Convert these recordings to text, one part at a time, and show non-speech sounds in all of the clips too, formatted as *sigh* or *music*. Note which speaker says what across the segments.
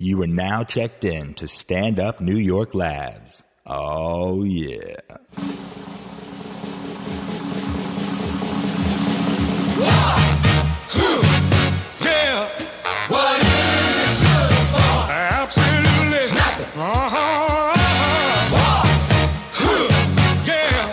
Speaker 1: You are now checked in to Stand Up New York Labs. Oh, yeah.
Speaker 2: Yeah. What is it good for? Absolutely nothing. Uh-huh. What? Yeah.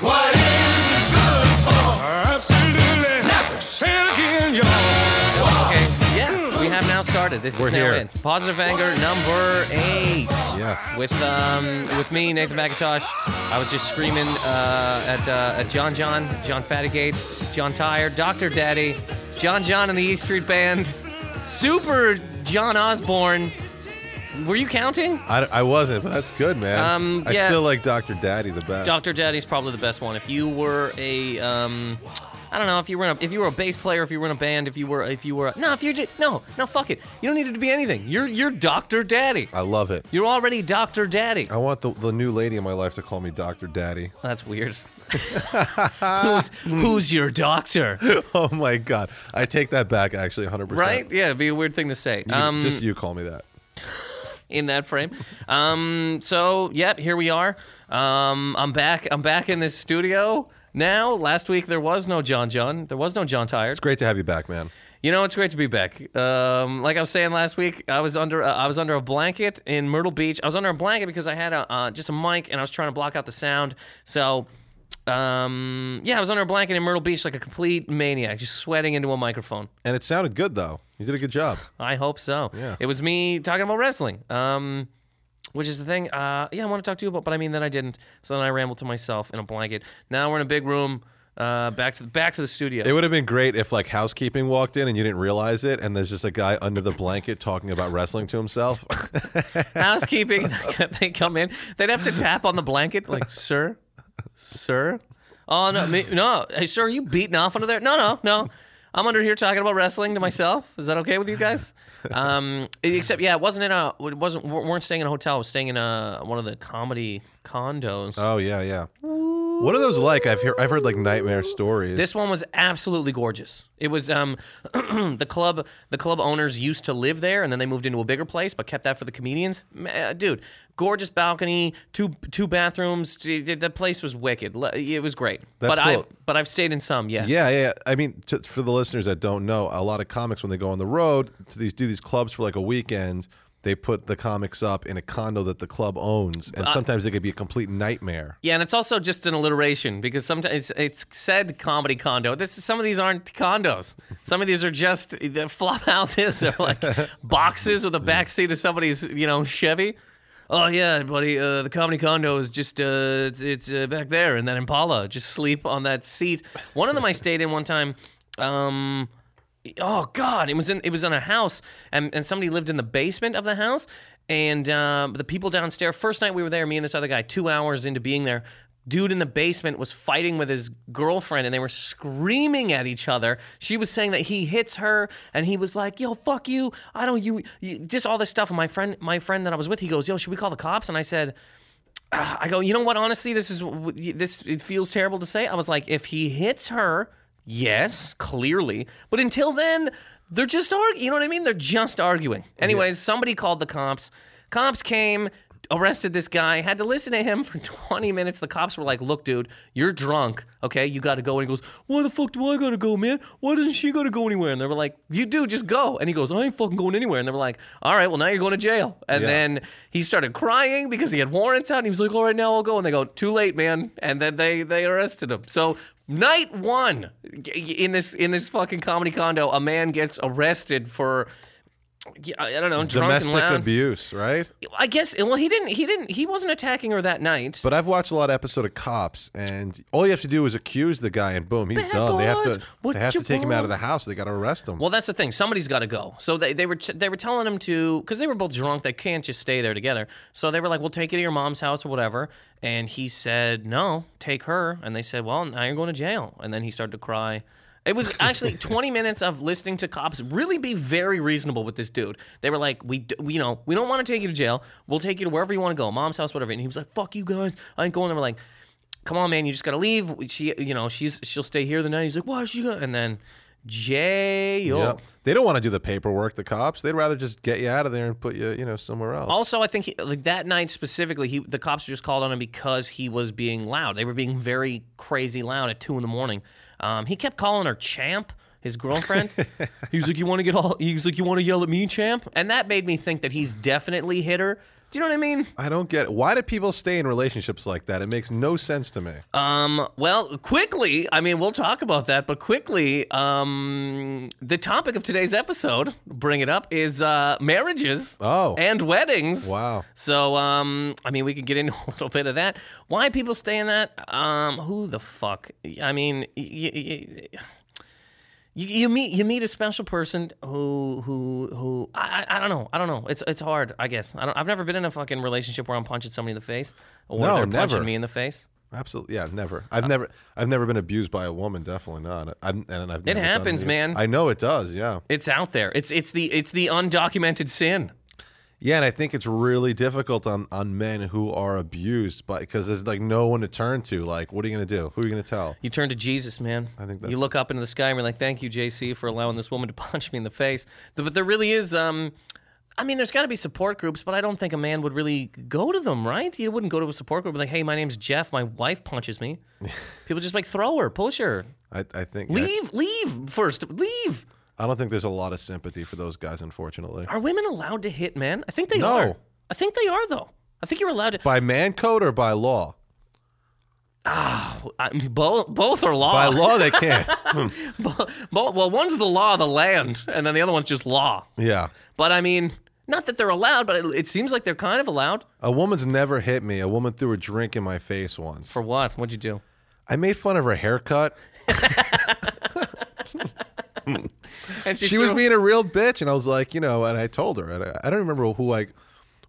Speaker 2: What is it good for? Absolutely nothing. Say it again, y'all.
Speaker 3: Okay, yeah, we have now started. This
Speaker 4: We're
Speaker 3: is now
Speaker 4: here.
Speaker 3: in positive anger number eight.
Speaker 4: Yeah.
Speaker 3: With um, with me, Nathan McIntosh. I was just screaming uh, at uh, at John John, John Fatigate, John Tire, Doctor Daddy, John John and the East Street Band, Super John Osborne. Were you counting?
Speaker 4: I, I wasn't, but that's good, man.
Speaker 3: Um,
Speaker 4: I
Speaker 3: yeah.
Speaker 4: still like Dr. Daddy the best.
Speaker 3: Doctor Daddy's probably the best one. If you were a, um, I don't know, if you were in a, if you were a bass player, if you were in a band, if you were if you were a, no, if you're just, no, no, fuck it. You don't need it to be anything. You're you're Doctor Daddy.
Speaker 4: I love it.
Speaker 3: You're already Doctor Daddy.
Speaker 4: I want the, the new lady in my life to call me Dr. Daddy. *laughs*
Speaker 3: That's weird. *laughs* who's, who's your
Speaker 4: *laughs*
Speaker 3: doctor?
Speaker 4: Oh my God. I take that back, actually, 100%.
Speaker 3: Right? Yeah, it'd be a weird thing to say.
Speaker 4: You-
Speaker 3: Um,
Speaker 4: just you call me that.
Speaker 3: in that frame. Um, so, yep, here we are. Um, I'm back. I'm back in this studio now. Last week there was no John John. There was no John Tired.
Speaker 4: It's great to have you back, man.
Speaker 3: You know, it's great to be back. Um, like I was saying last week, I was under uh, I was under a blanket in Myrtle Beach. I was under a blanket because I had a, uh, just a mic and I was trying to block out the sound. So, um, yeah, I was under a blanket in Myrtle Beach like a complete maniac, just sweating into a microphone.
Speaker 4: And it sounded good, though. You did a good job.
Speaker 3: I hope so.
Speaker 4: Yeah.
Speaker 3: It was me talking about wrestling, um, which is the thing. Uh, yeah, I want to talk to you about, but I mean, then I didn't. So then I rambled to myself in a blanket. Now we're in a big room. Uh, back to the back to the studio.
Speaker 4: It would have been great if, like, housekeeping walked in and you didn't realize it, and there's just a guy under the blanket talking about wrestling to himself. *laughs*
Speaker 3: housekeeping. *laughs* they come in. They'd have to tap on the blanket, like, sir, sir. Oh no, me, no, hey, sir, are you beating off under there? No, no, no. I'm under here talking about wrestling to myself. Is that okay with you guys? Um, except, yeah, it wasn't in a. It wasn't. We weren't staying in a hotel. I was staying in a one of the comedy condos.
Speaker 4: oh, yeah, yeah. What are those like? I've, hear, I've heard, like, nightmare stories.
Speaker 3: This one was absolutely gorgeous. It was um, *clears throat* the club. The club owners used to live there, and then they moved into a bigger place, but kept that for the comedians. Ma- uh, Dude, gorgeous balcony, two two bathrooms. D- d- The place was wicked. Le- It was great.
Speaker 4: That's
Speaker 3: but I
Speaker 4: cool.
Speaker 3: but I've stayed in some. Yes.
Speaker 4: Yeah, yeah. yeah. I mean, to, for the listeners that don't know, a lot of comics when they go on the road to these do these clubs for like a weekend, they put the comics up in a condo that the club owns,
Speaker 3: Uh,
Speaker 4: and sometimes it could be a complete nightmare.
Speaker 3: Yeah, and it's also just an alliteration because sometimes it's, it's said comedy condo. This is, some of these aren't condos. Some of these are just the flop houses or like boxes with the back seat of somebody's you know Chevy. Oh yeah, buddy, uh, the comedy condo is just uh, it's, it's uh, back there in that Impala. Just sleep on that seat. One of them I stayed in one time. Um, oh god it was in it was in a house and, and somebody lived in the basement of the house and um, the people downstairs first night we were there me and this other guy two hours into being there dude in the basement was fighting with his girlfriend and they were screaming at each other she was saying that he hits her and he was like yo fuck you i don't you, you just all this stuff and my friend my friend that i was with he goes yo should we call the cops and i said "Ah," *sighs* I go, you know what? Honestly, this is this. It feels terrible to say. I was like, if he hits her, yes, clearly. But until then, they're just arguing. You know what I mean? They're just arguing. Anyways, somebody called the cops. Cops came, arrested this guy. Had to listen to him for *laughs* 20 minutes. The cops were like, look, dude, you're drunk. Okay, you got to go. And he goes, why the fuck do I gotta go, man? Why doesn't she gotta go anywhere? And they were like, you do, just go. And he goes, I ain't fucking going anywhere. And they were like, all right, well now you're going to jail. And
Speaker 4: Yeah.
Speaker 3: then and he started crying because he had warrants out. And he was like, "All right, now I'll go." And they go, "Too late, man." And then they they arrested him. So night one g- in this in this fucking comedy condo, a man gets arrested for. I I don't know, drunk
Speaker 4: Domestic
Speaker 3: and loud.
Speaker 4: abuse, right?
Speaker 3: I guess. Well, he didn't. He didn't. He wasn't attacking her that night.
Speaker 4: But I've watched a lot of episode of Cops, and all you have to do is accuse the guy, and boom, he's
Speaker 3: Bad
Speaker 4: done. They have
Speaker 3: boys,
Speaker 4: to
Speaker 3: what
Speaker 4: they have
Speaker 3: you
Speaker 4: to take him out
Speaker 3: want?
Speaker 4: of the house. They got to arrest him.
Speaker 3: Well, that's the thing. Somebody's got to go. So they, they were t- they were telling him to because they were both drunk. They can't just stay there together. So they were like, "Well, take you to your mom's house or whatever." And he said, "No, take her." And they said, "Well, now you're going to jail." And then he started to cry. It was actually 20 minutes of listening to cops really be very reasonable with this dude. They were like, "We, d- we you know, we don't want to take you to jail. We'll take you to wherever you want to go, mom's house, whatever." And he was like, "Fuck you guys, I ain't going." They were like come on, man, you just gotta leave. She, you know, she's she'll stay here the night. He's like, why is she? Go-? And then jail.
Speaker 4: Yep. They don't want to do the paperwork, the cops. They'd rather just get you out of there and put you, you know, somewhere else.
Speaker 3: Also, I think he, like that night specifically, he the cops just called on him because he was being loud. They were being very crazy loud at two in the morning. Um, he kept calling her champ, his girlfriend. he was like, "You want to get all?" He was like, "You want to yell at me, champ?" And that made me think that he's definitely hit her. Do you know what I mean?
Speaker 4: I don't get it. Why do people stay in relationships like that? It makes no sense to me.
Speaker 3: Um, well, quickly, I mean, we'll talk about that, but quickly, um, the topic of today's episode, bring it up, is uh, marriages
Speaker 4: Oh.
Speaker 3: and weddings.
Speaker 4: wow.
Speaker 3: So, um, I mean, we could get *laughs* into a little bit of that. Why people stay in that? Um, who the fuck? I mean, y- y- y- you, you meet you meet a special person who who who I, I I don't know I don't know it's it's hard I guess I don't I've never been in a fucking relationship where I'm punching somebody in the face or
Speaker 4: No,
Speaker 3: they're
Speaker 4: never.
Speaker 3: punching me in the face.
Speaker 4: Absolutely. Yeah, never. I've never I've never been abused by a woman, definitely not. I'm, and I've never done
Speaker 3: happens,
Speaker 4: either.
Speaker 3: man.
Speaker 4: I know it does, yeah.
Speaker 3: It's out there. It's it's the it's the undocumented sin.
Speaker 4: Yeah, and I think it's really difficult on, on men who are abused by because there's like no one to turn to. Like, what are you gonna do? Who are you gonna tell?
Speaker 3: You turn to Jesus, man. I
Speaker 4: think
Speaker 3: you
Speaker 4: that's-
Speaker 3: look up into the sky and you're like, "Thank you, JC, for allowing this woman to *laughs* punch me in the face." Th- But there really is. Um, I mean, there's got to be support groups, but I don't think a man would really go to them, right? You wouldn't go to a support group and be like, "Hey, my name's Jeff. My wife punches
Speaker 4: *laughs*
Speaker 3: me." People just like throw her, push her,
Speaker 4: I, I think yeah,
Speaker 3: leave, leave first, leave.
Speaker 4: I don't think there's a lot of sympathy for those guys, unfortunately.
Speaker 3: Are women allowed to hit men? I think they
Speaker 4: No.
Speaker 3: are. I think they are though. I think you're allowed to.
Speaker 4: By man code or by law?
Speaker 3: I mean, both both are law.
Speaker 4: By law
Speaker 3: *laughs*
Speaker 4: they can't.
Speaker 3: Bo- bo- *laughs* well, one's the law of the land, and then the other one's just law.
Speaker 4: yeah.
Speaker 3: But I mean, not that they're allowed, but it, it seems like they're kind of allowed.
Speaker 4: A woman's never hit me. A woman threw a drink in my face once.
Speaker 3: For what? What'd you do?
Speaker 4: I made fun of her haircut.
Speaker 3: And
Speaker 4: She was being a real bitch, and I was like, you know, and I told her, and I, I don't remember who I,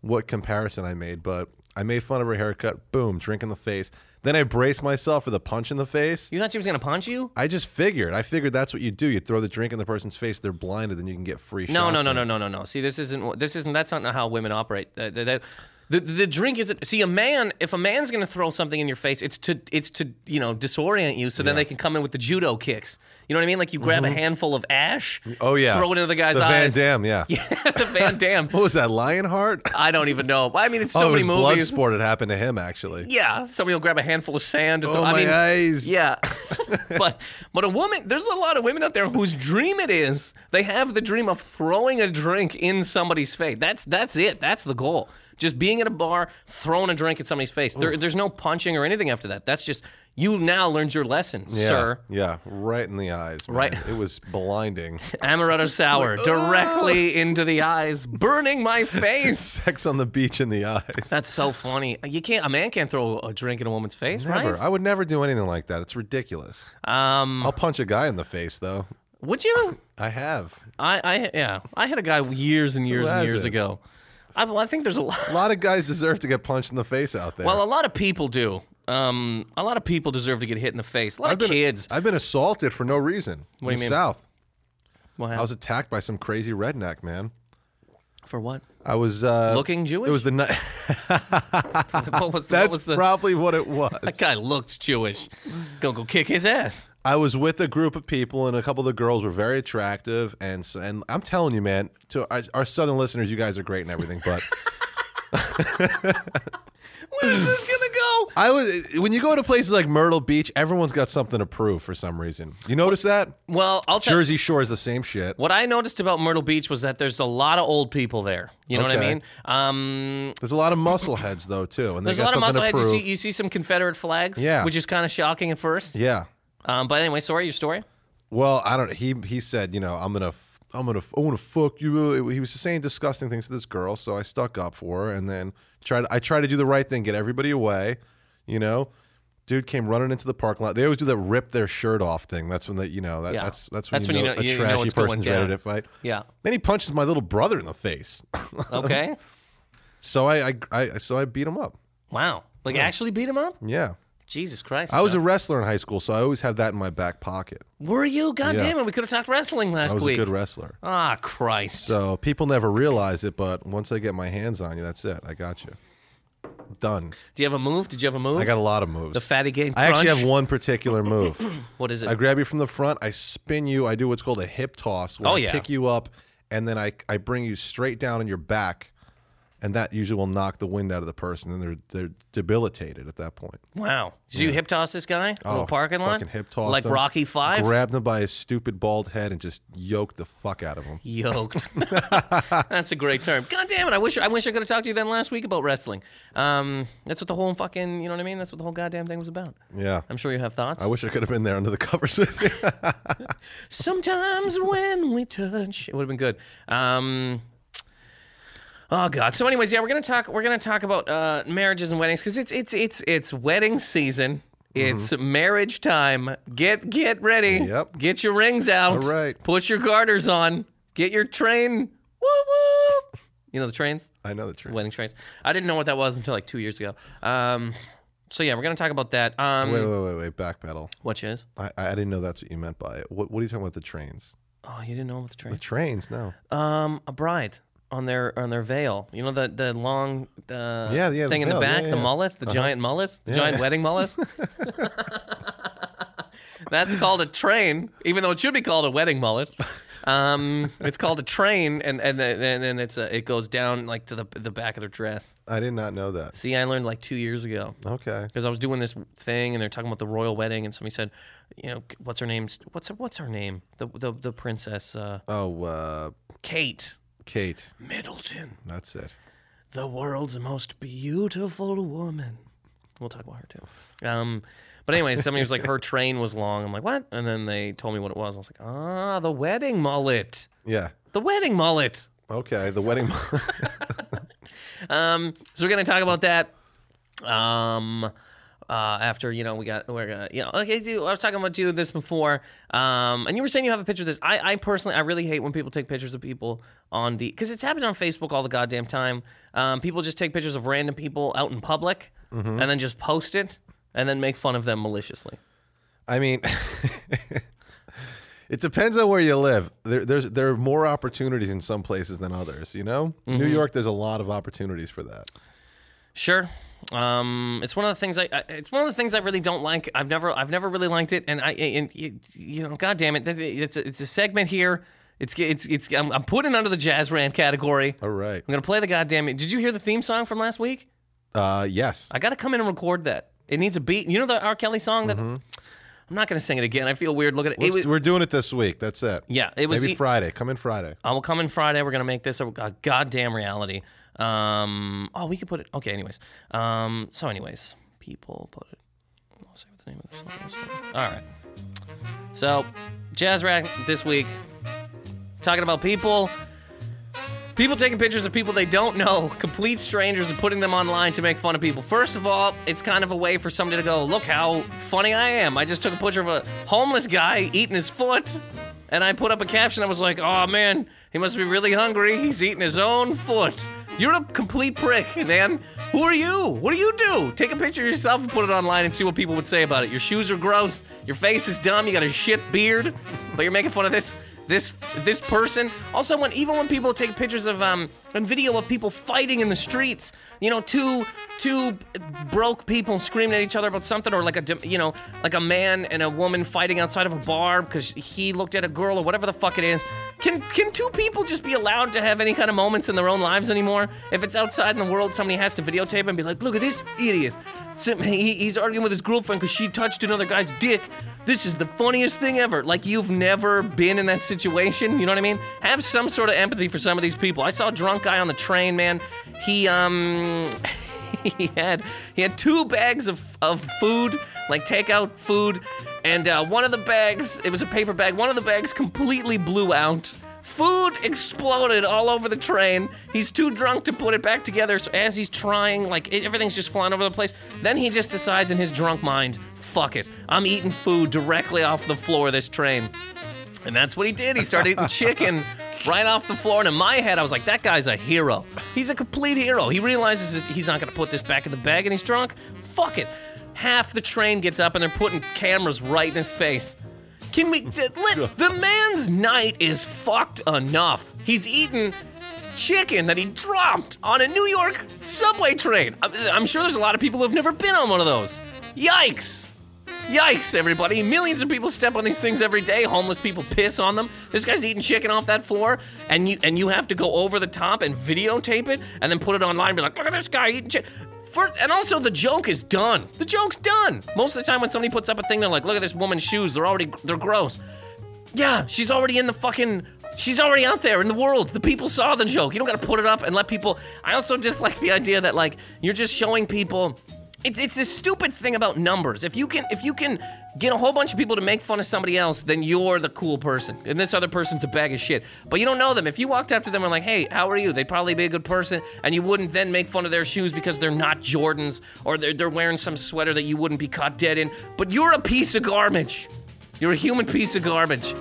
Speaker 4: what comparison I made, but I made fun of her haircut. Boom, drink in the face. Then I braced myself for the punch in the face.
Speaker 3: You thought she was gonna punch you?
Speaker 4: I just figured. I figured that's what you do. You throw the drink in the person's face. They're blinded, then you can get free shots.
Speaker 3: No, no, no,
Speaker 4: in.
Speaker 3: no, no, no, no. See, this isn't. what- This isn't. That's not how women operate. The, the, the, the drink isn't. See, a man. If a man's gonna throw something in your face, it's to it's to you know disorient you, so then they can come in with the judo kicks. You know what I mean? Like you grab a handful of ash.
Speaker 4: Mm-hmm. Oh yeah.
Speaker 3: Throw it into the guy's
Speaker 4: the
Speaker 3: eyes.
Speaker 4: Van Dam. Yeah.
Speaker 3: *laughs* the Van Dam.
Speaker 4: What was that? Lionheart.
Speaker 3: I don't even know. I mean, it's so
Speaker 4: oh,
Speaker 3: many
Speaker 4: it was
Speaker 3: movies.
Speaker 4: Bloodsport. It happened to him actually.
Speaker 3: Yeah, somebody will grab a handful of sand. and
Speaker 4: Oh
Speaker 3: throw- I
Speaker 4: my
Speaker 3: mean,
Speaker 4: eyes.
Speaker 3: Yeah,
Speaker 4: *laughs*
Speaker 3: but but a woman. There's a lot of women out there whose dream it is. They have the dream of throwing a drink in somebody's face. That's that's it. That's the goal. Just being at a bar, throwing a drink at somebody's face. There, there's no punching or anything after that. That's just you now learned your lesson,
Speaker 4: Yeah,
Speaker 3: sir.
Speaker 4: Yeah, right in the eyes. man.
Speaker 3: Right.
Speaker 4: It
Speaker 3: *laughs*
Speaker 4: was blinding.
Speaker 3: Amaretto sour
Speaker 4: *laughs*
Speaker 3: directly
Speaker 4: Oh.
Speaker 3: into the eyes, burning my
Speaker 4: *laughs*
Speaker 3: face.
Speaker 4: Sex on the beach in the eyes.
Speaker 3: That's so funny. You can't. A man can't throw a drink in a woman's face,
Speaker 4: Never.
Speaker 3: right?
Speaker 4: I would never do anything like that. It's ridiculous.
Speaker 3: Um,
Speaker 4: I'll punch a guy in the face though.
Speaker 3: would you?
Speaker 4: I have.
Speaker 3: I, I yeah, I had a guy years and years and
Speaker 4: has
Speaker 3: years
Speaker 4: it?
Speaker 3: ago. I, well, I think there's a lot. *laughs*
Speaker 4: A lot of guys deserve to get punched in the face out there.
Speaker 3: Well, uh, a lot of people do. Um, a lot of people deserve to get hit in the face. A lot
Speaker 4: I've
Speaker 3: of
Speaker 4: been,
Speaker 3: kids.
Speaker 4: I've been assaulted for no reason.
Speaker 3: What do
Speaker 4: in
Speaker 3: you mean?
Speaker 4: South.
Speaker 3: What
Speaker 4: I was
Speaker 3: happened?
Speaker 4: attacked by some crazy redneck man.
Speaker 3: for what?
Speaker 4: I was uh,
Speaker 3: Looking Jewish?
Speaker 4: It was the night.
Speaker 3: *laughs* What was,
Speaker 4: *laughs* That's
Speaker 3: what was the
Speaker 4: probably
Speaker 3: *laughs*
Speaker 4: what it was.
Speaker 3: that guy looked Jewish? Go go kick his ass.
Speaker 4: I was with a group of people, and a couple of the girls were very attractive. And so, and I'm telling you, man, to our, our southern listeners, you guys are great and everything,
Speaker 3: *laughs*
Speaker 4: but
Speaker 3: Where's this gonna
Speaker 4: *laughs*
Speaker 3: go?
Speaker 4: I was when you go to places like Myrtle Beach, everyone's got something to prove for some reason. You notice that?
Speaker 3: Well, I'll tell
Speaker 4: Jersey Shore is the same shit.
Speaker 3: What I noticed about Myrtle Beach was that there's a lot of old people there. You know what I
Speaker 4: Okay.
Speaker 3: mean? Um,
Speaker 4: There's a lot of muscle heads though too, and they
Speaker 3: there's a
Speaker 4: got
Speaker 3: lot of
Speaker 4: something
Speaker 3: muscle.
Speaker 4: to
Speaker 3: You
Speaker 4: prove.
Speaker 3: see, you see some Confederate flags,
Speaker 4: Yeah.
Speaker 3: which is kind of shocking at first.
Speaker 4: yeah.
Speaker 3: Um, but anyway, sorry, your story.
Speaker 4: Well, I don't. He he said, you know, I'm gonna. F- I'm gonna, f- I want to fuck you. He was just saying disgusting things to this girl, so I stuck up for her, and then tried. I tried to do the right thing, get everybody away. You know, dude came running into the parking lot. They always do that rip their shirt off thing. That's when they, you know, that,
Speaker 3: Yeah.
Speaker 4: that's that's when
Speaker 3: That's
Speaker 4: you
Speaker 3: when you
Speaker 4: know
Speaker 3: know-
Speaker 4: a
Speaker 3: you know
Speaker 4: trashy
Speaker 3: what's going
Speaker 4: person's
Speaker 3: down.
Speaker 4: ready to fight. *laughs*
Speaker 3: Yeah.
Speaker 4: Then he punches my little brother in the face,
Speaker 3: Okay.
Speaker 4: so I, I, I so I beat him up.
Speaker 3: wow. Like actually beat him up?
Speaker 4: Yeah,
Speaker 3: Jesus Christ.
Speaker 4: I was
Speaker 3: Jeff.
Speaker 4: a wrestler in high school, so I always had that in my back pocket.
Speaker 3: Were you? God
Speaker 4: Yeah.
Speaker 3: damn it. We could have talked wrestling last
Speaker 4: I was
Speaker 3: week.
Speaker 4: a good wrestler.
Speaker 3: ah, Christ.
Speaker 4: So people never realize it, but once I get my hands on you, that's it. I got you.
Speaker 3: out.
Speaker 4: Done.
Speaker 3: Do you have a move? Did you have a move?
Speaker 4: I got a lot of moves.
Speaker 3: the fatty game.
Speaker 4: I actually
Speaker 3: crunch?
Speaker 4: have one particular
Speaker 3: *clears throat*
Speaker 4: move.
Speaker 3: What is it?
Speaker 4: I grab you from the front, I spin you, I do what's called a hip toss where
Speaker 3: Oh,
Speaker 4: I
Speaker 3: yeah.
Speaker 4: pick you up and then I I bring you straight down on your back and that usually will knock the wind out of the person and they're they're debilitated at that point.
Speaker 3: wow. Did you hip toss this guy? in
Speaker 4: Oh,
Speaker 3: the parking lot?
Speaker 4: fucking hip tossed
Speaker 3: Like
Speaker 4: him.
Speaker 3: Rocky Five?
Speaker 4: Grabbed him by his stupid bald head and just yoked the fuck out of him. *laughs*
Speaker 3: Yoked. *laughs* that's a great term. God damn it! I wish I wish I could have talked to you then last week about wrestling. Um, that's what the whole fucking you know what I mean. That's what the whole goddamn thing was about.
Speaker 4: Yeah.
Speaker 3: I'm sure you have thoughts.
Speaker 4: I wish I could have been there under the *laughs* covers with you.
Speaker 3: Sometimes when we touch, it would have been good. Um, oh God. So, anyways, yeah, we're gonna talk. We're gonna talk about uh, marriages and weddings because it's it's it's it's wedding season.
Speaker 4: Mm-hmm.
Speaker 3: It's marriage time. Get get ready.
Speaker 4: Yep.
Speaker 3: Get your rings out.
Speaker 4: All right.
Speaker 3: Put your garters on. Get your train. Whoop whoop. You know the trains,
Speaker 4: I know the truth.
Speaker 3: wedding trains. I didn't know what that was until like two years ago. Um, so yeah, we're gonna talk about that. Um,
Speaker 4: Wait, wait, wait, wait, backpedal.
Speaker 3: What is?
Speaker 4: I, I didn't know that's what you meant by it. What, what are you talking about? The trains?
Speaker 3: Oh, you didn't know about the trains.
Speaker 4: The trains? No.
Speaker 3: Um, a bride on their on their veil. You know the the long uh,
Speaker 4: Yeah, yeah, the
Speaker 3: thing in the
Speaker 4: veil.
Speaker 3: back,
Speaker 4: Yeah, Uh-huh.
Speaker 3: the
Speaker 4: yeah.
Speaker 3: mullet, the giant mullet, the
Speaker 4: *laughs*
Speaker 3: giant wedding mullet. That's called a train, even though it should be called a wedding mullet. Um, it's called a train, and and and, and it's a, it goes down like to the the back of their dress.
Speaker 4: I did not know that.
Speaker 3: See, I learned like two years ago
Speaker 4: Okay.
Speaker 3: because I was doing this thing and they're talking about the royal wedding, and somebody said, you know, what's her name? What's her, what's her name? The the the princess uh,
Speaker 4: Oh, uh,
Speaker 3: Kate
Speaker 4: Kate.
Speaker 3: Middleton.
Speaker 4: That's it.
Speaker 3: the world's most beautiful woman. We'll talk about her too. Um, but anyway, somebody was like, her train was long. I'm like, what? And then they told me what it was. I was like, ah, the wedding mullet.
Speaker 4: Yeah.
Speaker 3: The wedding mullet.
Speaker 4: Okay. The wedding. *laughs*
Speaker 3: Um, so we're gonna talk about that. Um, uh, after you know we got we're gonna you know okay. dude, I was talking about you this before. Um, and you were saying you have a picture of this. I I personally I really hate when people take pictures of people on the because it's happened on Facebook all the goddamn time. Um, people just take pictures of random people out in public and then just post it and then make fun of them maliciously.
Speaker 4: I mean, *laughs* it depends on where you live. There, there's there are more opportunities in some places than others. You know,
Speaker 3: Mm-hmm.
Speaker 4: New York. There's a lot of opportunities for that.
Speaker 3: Sure. Um, it's one of the things I, I. It's one of the things I really don't like. I've never, I've never really liked it, and I, and you know, God damn it, that- it's a, it's a segment here. It's, it's, it's. I'm, I'm putting under the jazz rant category. I'm
Speaker 4: All right.
Speaker 3: gonna play the goddamn. Did you hear the theme song from last week?
Speaker 4: Uh, yes.
Speaker 3: I gotta come in and record that. It needs a beat. You know the R. Kelly song that. I'm not gonna sing it again. I feel weird looking at it.
Speaker 4: Let's-
Speaker 3: was-
Speaker 4: we're doing it this week. That's it.
Speaker 3: yeah, it was.
Speaker 4: Maybe
Speaker 3: e-
Speaker 4: Friday. Come in Friday.
Speaker 3: I will Uh, come in Friday. We're gonna make this a, a goddamn reality. Um, oh, we could put it. Okay, anyways. Um, so anyways, people put it. I'll say what the name of this song is. All right. So, jazz rack this week, talking about people. People taking pictures of people they don't know, *laughs* complete strangers, and putting them online to make fun of people. First of all, it's kind of a way for somebody to go, look how funny I am. I just took a picture of a homeless guy eating his foot, and I put up a caption that was like, oh man, he must be really hungry. He's eating his own foot. You're a complete prick, man. Who are you? What do you do? Take a picture of yourself and put it online and see what people would say about it. Your shoes are gross. Your face is dumb. You got a shit beard, but you're making fun of this this this person. Also, when even when people take pictures of um and video of people fighting in the streets, you know, two two broke people screaming at each other about something, or like a dom- you know like a man and a woman fighting outside of a bar because he looked at a girl or whatever the fuck it is. Can can two people just be allowed to have any kind of moments in their own lives anymore? If it's outside in the world, somebody has to videotape and be like, look at this idiot. Some- he- He's arguing with his girlfriend because she touched another guy's dick. This is the funniest thing ever. Like, you've never been in that situation. You know what I mean? Have some sort of empathy for some of these people. I saw a drunk guy on the train, man. He, um. *laughs* He had he had two bags of, of food, like takeout food, and uh, one of the bags it was a paper bag. One of the bags completely blew out. Food exploded all over the train. He's too drunk to put it back together. So as he's trying, like it- everything's just flying over the place. Then he just decides in his drunk mind, "Fuck it, I'm eating food directly off the floor of this train." And that's what he did. He started eating chicken right off the floor. And in my head, I was like, that guy's a hero. He's a complete hero. He realizes that he's not going to put this back in the bag and he's drunk. Fuck it. Half the train gets up and they're putting cameras right in his face. Can we. th- let- the man's night is fucked enough. He's eaten chicken that he dropped on a New York subway train. I'm, I'm sure there's a lot of people who've never been on one of those. Yikes! Yikes, everybody. Millions of people step on these things every day. Homeless people piss on them. This guy's eating chicken off that floor, and you and you have to go over the top and videotape it and then put it online and be like, look at this guy eating chicken. For, and also, the joke is done. The joke's done. Most of the time, when somebody puts up a thing, they're like, "Look at this woman's shoes. They're already they're gross." Yeah, she's already in the fucking. She's already out there in the world. The people saw the joke. You don't got to put it up and let people. I also just like the idea that like you're just showing people. It's it's this stupid thing about numbers. If you can if you can get a whole bunch of people to make fun of somebody else, then you're the cool person, and this other person's a bag of shit. But you don't know them. If you walked up to them and like, hey, how are you? They'd probably be a good person, and you wouldn't then make fun of their shoes because they're not Jordans or they're they're wearing some sweater that you wouldn't be caught dead in. But you're a piece of garbage. You're a human piece of garbage.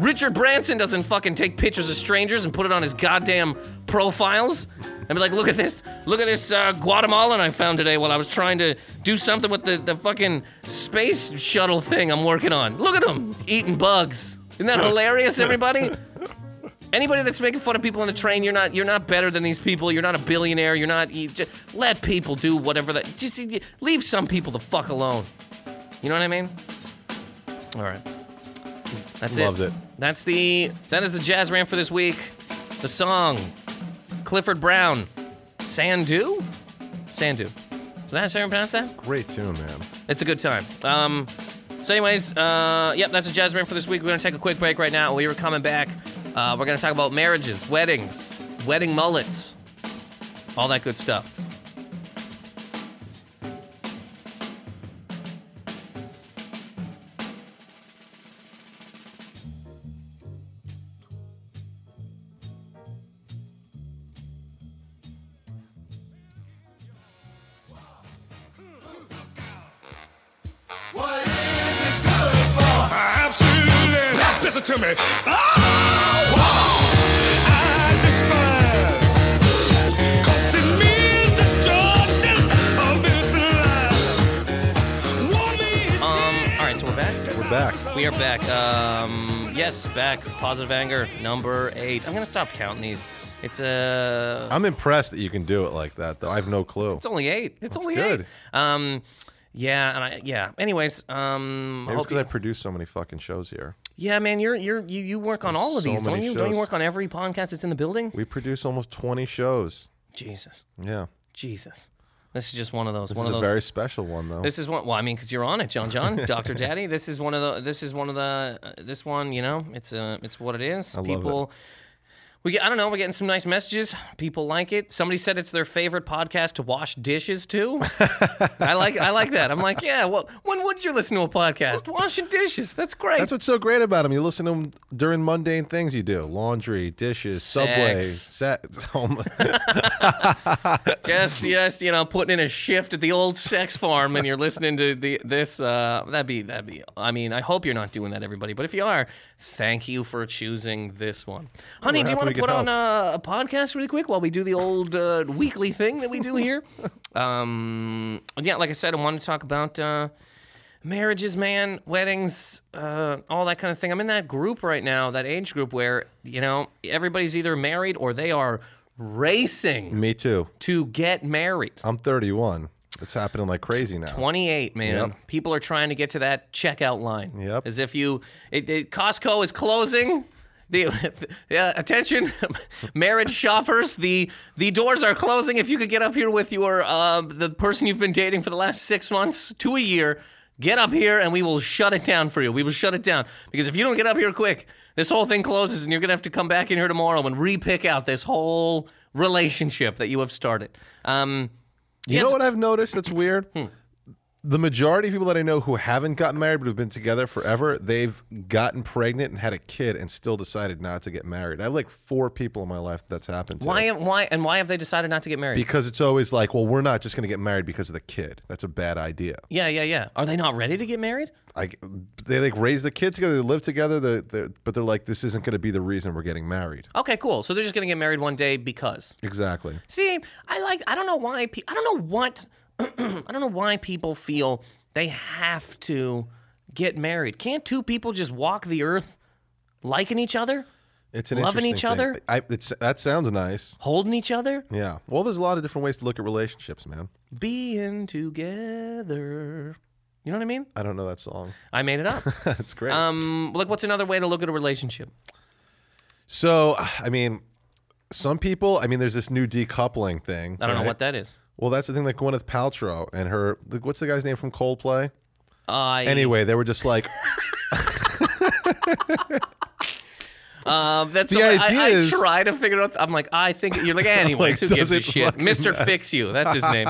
Speaker 3: Richard Branson doesn't fucking take pictures of strangers and put it on his goddamn profiles. And be like, look at this, look at this uh, Guatemalan I found today while I was trying to do something with the, the fucking space shuttle thing I'm working on. Look at him eating bugs. Isn't that hilarious, everybody? Anybody that's making fun of people on the train, you're not you're not better than these people. You're not a billionaire. You're not. You just, let people do whatever that. Just you- leave some people the fuck alone. You know what I mean? All right. That's it.
Speaker 4: Loved it.
Speaker 3: That's the that is the jazz rant for this week. The song, Clifford Brown, Sandu, Sandu. Is that how you pronounce that?
Speaker 4: Great tune, man.
Speaker 3: It's a good time. Um, so, anyways, uh, yep, that's a jazz rant for this week. We're gonna take a quick break right now. When we were coming back, uh, we're gonna talk about marriages, weddings, wedding mullets, all that good stuff.
Speaker 2: Absolutely. Listen to me. Oh, wow. I despise. 'Cause it means destruction of innocent life. War means
Speaker 3: Um, all right, so we're back.
Speaker 4: We're back.
Speaker 3: We are back. Um, yes, back. Positive anger number eight. I'm gonna stop counting these. It's uh,
Speaker 4: I'm impressed that you can do it like that, though. I have no clue.
Speaker 3: it's only eight. It's only
Speaker 4: good.
Speaker 3: eight. Um, yeah, and I yeah. Anyways, um,
Speaker 4: Maybe it's
Speaker 3: hope you-
Speaker 4: because I produce so many fucking shows here.
Speaker 3: yeah, man, you're you're you, you work on all of
Speaker 4: So
Speaker 3: these, don't
Speaker 4: many
Speaker 3: you? Don't you
Speaker 4: shows.
Speaker 3: work on every podcast that's in the building?
Speaker 4: We produce almost 20 shows.
Speaker 3: Jesus,
Speaker 4: Yeah.
Speaker 3: Jesus. This is just one of those.
Speaker 4: This
Speaker 3: one
Speaker 4: is
Speaker 3: of
Speaker 4: a
Speaker 3: those.
Speaker 4: very special one, though.
Speaker 3: This is one. Well, I mean, because you're on it, John. John,
Speaker 4: *laughs*
Speaker 3: Doctor Daddy. This is one of the. This is one of the. Uh, this one, you know, it's uh, it's what it is.
Speaker 4: love it.
Speaker 3: People. We get, I don't know. We're getting some nice messages. People like it. Somebody said it's their favorite podcast to wash dishes
Speaker 4: *laughs*
Speaker 3: to. I like I like that. I'm like, yeah. Well, when would you listen to a podcast? Washing dishes. That's great.
Speaker 4: That's what's so great about them. You listen to them during mundane things you do laundry, dishes, subway, sex. *laughs* Oh my-
Speaker 3: just just you know putting in a shift at the old sex farm and you're listening to the this uh that'd be that'd be i mean i hope you're not doing that everybody but if you are thank you for choosing this one honey do
Speaker 4: happy
Speaker 3: you
Speaker 4: we
Speaker 3: want to
Speaker 4: could
Speaker 3: put on
Speaker 4: help.
Speaker 3: a, a podcast really quick while we do the old uh, weekly thing that we do
Speaker 4: *laughs*
Speaker 3: here um yeah like i said i want to talk about uh marriages, man, weddings, uh, all that kind of thing. I'm in that group right now, that age group where, you know, everybody's either married or they are racing
Speaker 4: Me too.
Speaker 3: to get married.
Speaker 4: I'm 31. It's happening like crazy now.
Speaker 3: 28, man. People are trying to get to that checkout line.
Speaker 4: Yep.
Speaker 3: As if you, it, it, Costco is closing. The *laughs* yeah, attention, *laughs* marriage shoppers. The the doors are closing. If you could get up here with your uh, the person you've been dating for the last six months to a year, get up here and we will shut it down for you. We will shut it down because if you don't get up here quick, this whole thing closes and you're gonna have to come back in here tomorrow and re-pick out this whole relationship that you have started. Um,
Speaker 4: You know
Speaker 3: Yes. Hmm.
Speaker 4: what I've noticed that's weird? The majority of people that I know who haven't gotten married but have been together forever, they've gotten pregnant and had a kid and still decided not to get married. I have like four people in my life that's happened to.
Speaker 3: why why and why have they decided not to get married?
Speaker 4: Because it's always like, well, we're not just going to get married because of the kid. That's a bad idea.
Speaker 3: Yeah, yeah, yeah. Are they not ready to get married?
Speaker 4: I, they like raise the kid together, they live together, they they're, but they're like, this isn't going to be the reason we're getting married.
Speaker 3: Okay, cool. So they're just gonna get married one day because.
Speaker 4: Exactly.
Speaker 3: See, I like. I don't know why. Pe- I don't know what. *clears throat* I don't know why people feel they have to get married. Can't two people just walk the earth liking each other?
Speaker 4: It's an
Speaker 3: Loving
Speaker 4: interesting
Speaker 3: each
Speaker 4: thing.
Speaker 3: other?
Speaker 4: I, it's, that sounds nice.
Speaker 3: holding each other,
Speaker 4: Yeah. Well, there's a lot of different ways to look at relationships, man.
Speaker 3: being together. You know what I mean?
Speaker 4: I don't know that song. *laughs*
Speaker 3: I made it up.
Speaker 4: That's great.
Speaker 3: um, like, what's another way to look at a relationship?
Speaker 4: so, I mean, some people. I mean, there's this new decoupling thing.
Speaker 3: I don't
Speaker 4: right?
Speaker 3: know what that is.
Speaker 4: Well, that's the thing. Like Gwyneth Paltrow and her. like, What's the guy's name from
Speaker 3: E.
Speaker 4: Coldplay?
Speaker 3: I
Speaker 4: Anyway, they were
Speaker 3: *laughs*
Speaker 4: just like
Speaker 3: um, that's
Speaker 4: The
Speaker 3: what I-
Speaker 4: idea
Speaker 3: I,
Speaker 4: is-
Speaker 3: try to figure it out. I'm like, I think
Speaker 4: *laughs*
Speaker 3: you're like, anyways, who
Speaker 4: does
Speaker 3: gives a
Speaker 4: it
Speaker 3: shit?
Speaker 4: fucking
Speaker 3: Mr. Fix You, that's his
Speaker 4: *laughs*
Speaker 3: name.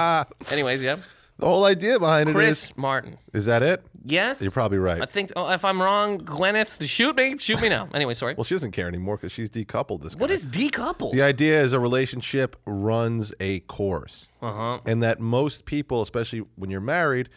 Speaker 3: anyways, yeah,
Speaker 4: the whole idea behind
Speaker 3: Chris Martin.
Speaker 4: it is. Is that it?
Speaker 3: Yes,
Speaker 4: You're probably right.
Speaker 3: I think oh, if I'm wrong, Gwyneth, shoot me, shoot me now. Anyway, sorry.
Speaker 4: well, she doesn't care anymore because she's decoupled. This.
Speaker 3: what
Speaker 4: guy.
Speaker 3: is decoupled?
Speaker 4: The idea is a relationship runs a course.
Speaker 3: Uh-huh.
Speaker 4: And that most people, especially when you're married,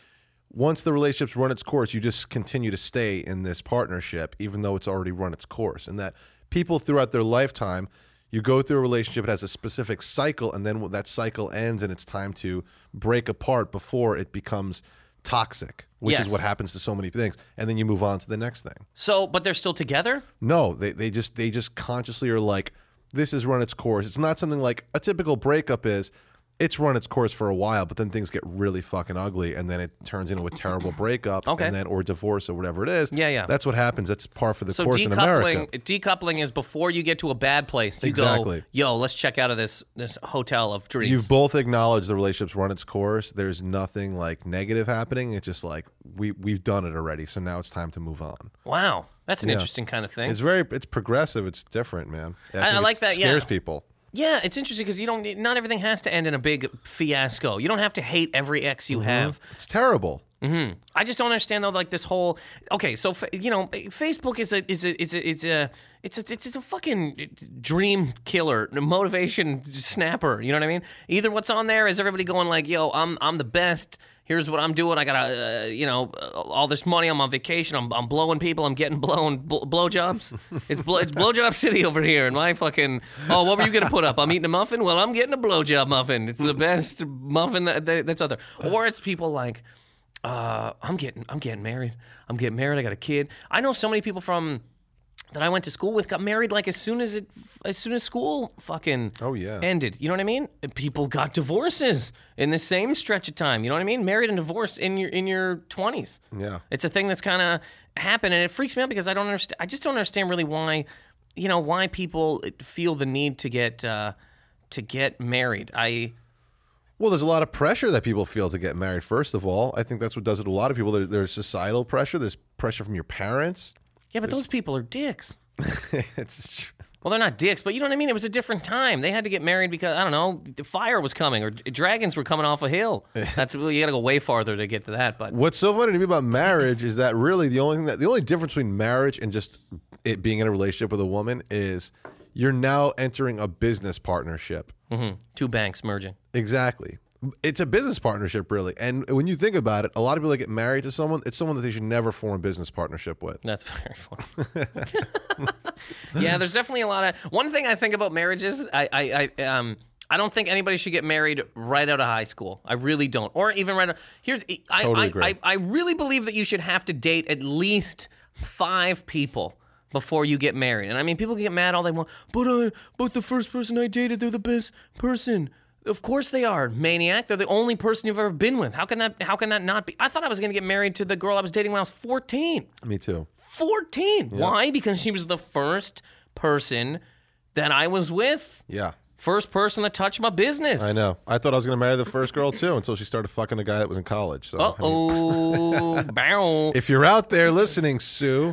Speaker 4: once the relationship's run its course, you just continue to stay in this partnership, even though it's already run its course. And that people throughout their lifetime, you go through a relationship, it has a specific cycle, and then when that cycle ends and it's time to break apart before it becomes toxic, which
Speaker 3: Yes.
Speaker 4: is what happens to so many things. And then you move on to the next thing.
Speaker 3: So, but they're still together.
Speaker 4: No, they, they just they just consciously are like, this has run its course. It's not something like a typical breakup is. It's run its course for a while, but then things get really fucking ugly, and then it turns into a terrible breakup,
Speaker 3: Okay.
Speaker 4: and then or divorce or whatever it is.
Speaker 3: Yeah, yeah.
Speaker 4: That's what happens. That's par for the
Speaker 3: So
Speaker 4: course in America.
Speaker 3: decoupling, decoupling is before you get to a bad place. You go,
Speaker 4: Exactly.
Speaker 3: yo, let's check out of this this hotel of dreams.
Speaker 4: You've both acknowledged the relationship's run its course. There's nothing like negative happening. It's just like we we've done it already, so now it's time to move on.
Speaker 3: wow, that's an interesting kind of thing.
Speaker 4: It's very it's progressive. It's different, man.
Speaker 3: I
Speaker 4: think it
Speaker 3: like that, yeah.
Speaker 4: Scares people.
Speaker 3: yeah, it's interesting because you don't. need- Not everything has to end in a big fiasco. You don't have to hate every ex
Speaker 4: Mm-hmm.
Speaker 3: you have.
Speaker 4: It's
Speaker 3: *laughs*
Speaker 4: terrible.
Speaker 3: I just don't understand though, like this whole. Okay, so fa- you know, Facebook is a is a it's a it's a it's a it's a fucking dream killer, motivation snapper. You know what I mean? Either what's on there is everybody going like, "Yo, I'm I'm the best. Here's what I'm doing. I got to uh, you know uh, all this money. I'm on vacation. I'm I'm blowing people. I'm getting blown bl- blowjobs. It's blow, it's blowjob city over here. And my fucking oh, what were you gonna put up? I'm eating a muffin. Well, I'm getting a blowjob muffin. It's the best muffin that, that, that's out there. Or it's people like uh, I'm getting I'm getting married. I'm getting married. I got a kid. I know so many people from that I went to school with got married like as soon as it as soon as school fucking
Speaker 4: Oh, yeah.
Speaker 3: ended. You know what I mean? And People got divorces in the same stretch of time. You know what I mean? Married and divorced in your in your 20s.
Speaker 4: Yeah.
Speaker 3: It's a thing that's kind of happened, and it freaks me out because I don't understand. I just don't understand really why, you know, why people feel the need to get uh, to get married. I
Speaker 4: Well, there's a lot of pressure that people feel to get married. First of all, I think that's what does it to a lot of people. There, there's societal pressure. There's pressure from your parents. *laughs*
Speaker 3: yeah, but those people are dicks.
Speaker 4: it's tr-
Speaker 3: Well, they're not dicks, but you know what I mean. It was a different time. They had to get married because I don't know, the fire was coming or d- dragons were coming off a hill. That's well, you got to go way farther to get to that. But
Speaker 4: what's so funny to me about marriage is that really the only thing that the only difference between marriage and just it being in a relationship with a woman is you're now entering a business partnership.
Speaker 3: Mhm. two banks merging.
Speaker 4: Exactly. It's a business partnership, really. And when you think about it, a lot of people that get married to someone. It's someone that they should never form a business partnership with.
Speaker 3: *laughs* That's very funny.
Speaker 4: *laughs*
Speaker 3: *laughs* yeah, there's definitely a lot of one thing I think about marriages. I, I, I um. I don't think anybody should get married right out of high school. I really don't, or even right. Out, here's I,
Speaker 4: Totally
Speaker 3: I-
Speaker 4: agree.
Speaker 3: I, I really believe that you should have to date at least five people before you get married. And I mean, people can get mad all they want, but uh, but the first person I dated, they're the best person. Of course they are, maniac. They're the only person you've ever been with. How can that? How can that not be? I thought I was going to get married to the girl I was dating when I was 14.
Speaker 4: Me too.
Speaker 3: 14. Why? Because she was the first person that I was with.
Speaker 4: Yeah.
Speaker 3: First person that touched my business.
Speaker 4: I know. I thought I was going to marry the first girl too until she started fucking a guy that was in college. So I
Speaker 3: Uh
Speaker 4: mean, *laughs*
Speaker 3: oh. Bow.
Speaker 4: If you're out there
Speaker 3: *laughs*
Speaker 4: listening, Sue,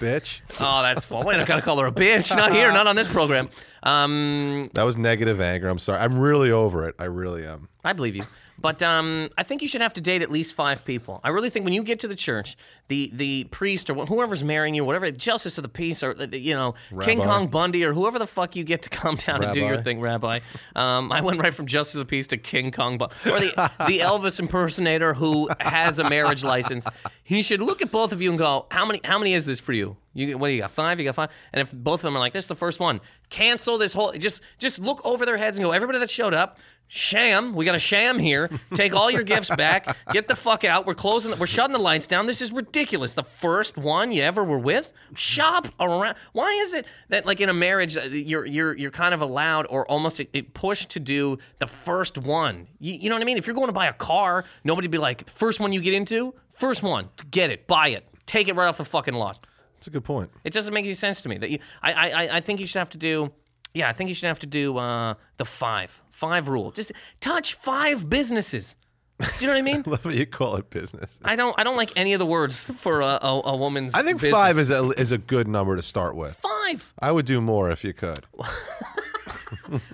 Speaker 4: bitch,
Speaker 3: Oh, that's fun. Wait, I gotta call her a bitch. Not here, not on this program. Um,
Speaker 4: that was negative anger. I'm sorry. I'm really over it. I really am.
Speaker 3: I believe you. But um, I think you should have to date at least five people. I really think when you get to the church, the the priest or wh- whoever's marrying you, whatever, justice of the peace, or uh, you know, King
Speaker 4: Rabbi.
Speaker 3: Kong Bundy, or whoever the fuck you get to come down and do your
Speaker 4: Rabbi.
Speaker 3: thing, Rabbi. Um, I went right from justice of the peace to King Kong Bundy, or the the Elvis impersonator who has a marriage license. He should look at both of you and go, how many how many is this for you? You what do you got? Five? You got five? And if both of them are like, this is the first one, cancel this whole. Just just look over their heads and go. Everybody that showed up, sham. We got a sham here. Take all your gifts back. Get the fuck out. We're closing. The, we're shutting the lights down. This is ridiculous. The first one you ever were with. Shop around. Why is it that like in a marriage uh, you're you're you're kind of allowed or almost i- i- pushed to do the first one? You, you know what I mean? If you're going to buy a car, nobody'd be like, first one you get into, first one, get it, buy it, take it right off the fucking lot.
Speaker 4: That's a good point. *laughs*
Speaker 3: It doesn't make any sense to me that you. I I, I- I think you should have to do. Yeah, I think you should have to do uh, the five five rule. Just touch five businesses. Do you know what I mean?
Speaker 4: Love what you call it business.
Speaker 3: I don't. I don't like any of the words for a, a, a woman's.
Speaker 4: I think
Speaker 3: business.
Speaker 4: five is a is a good number to start with.
Speaker 3: Five.
Speaker 4: I would do more if you could.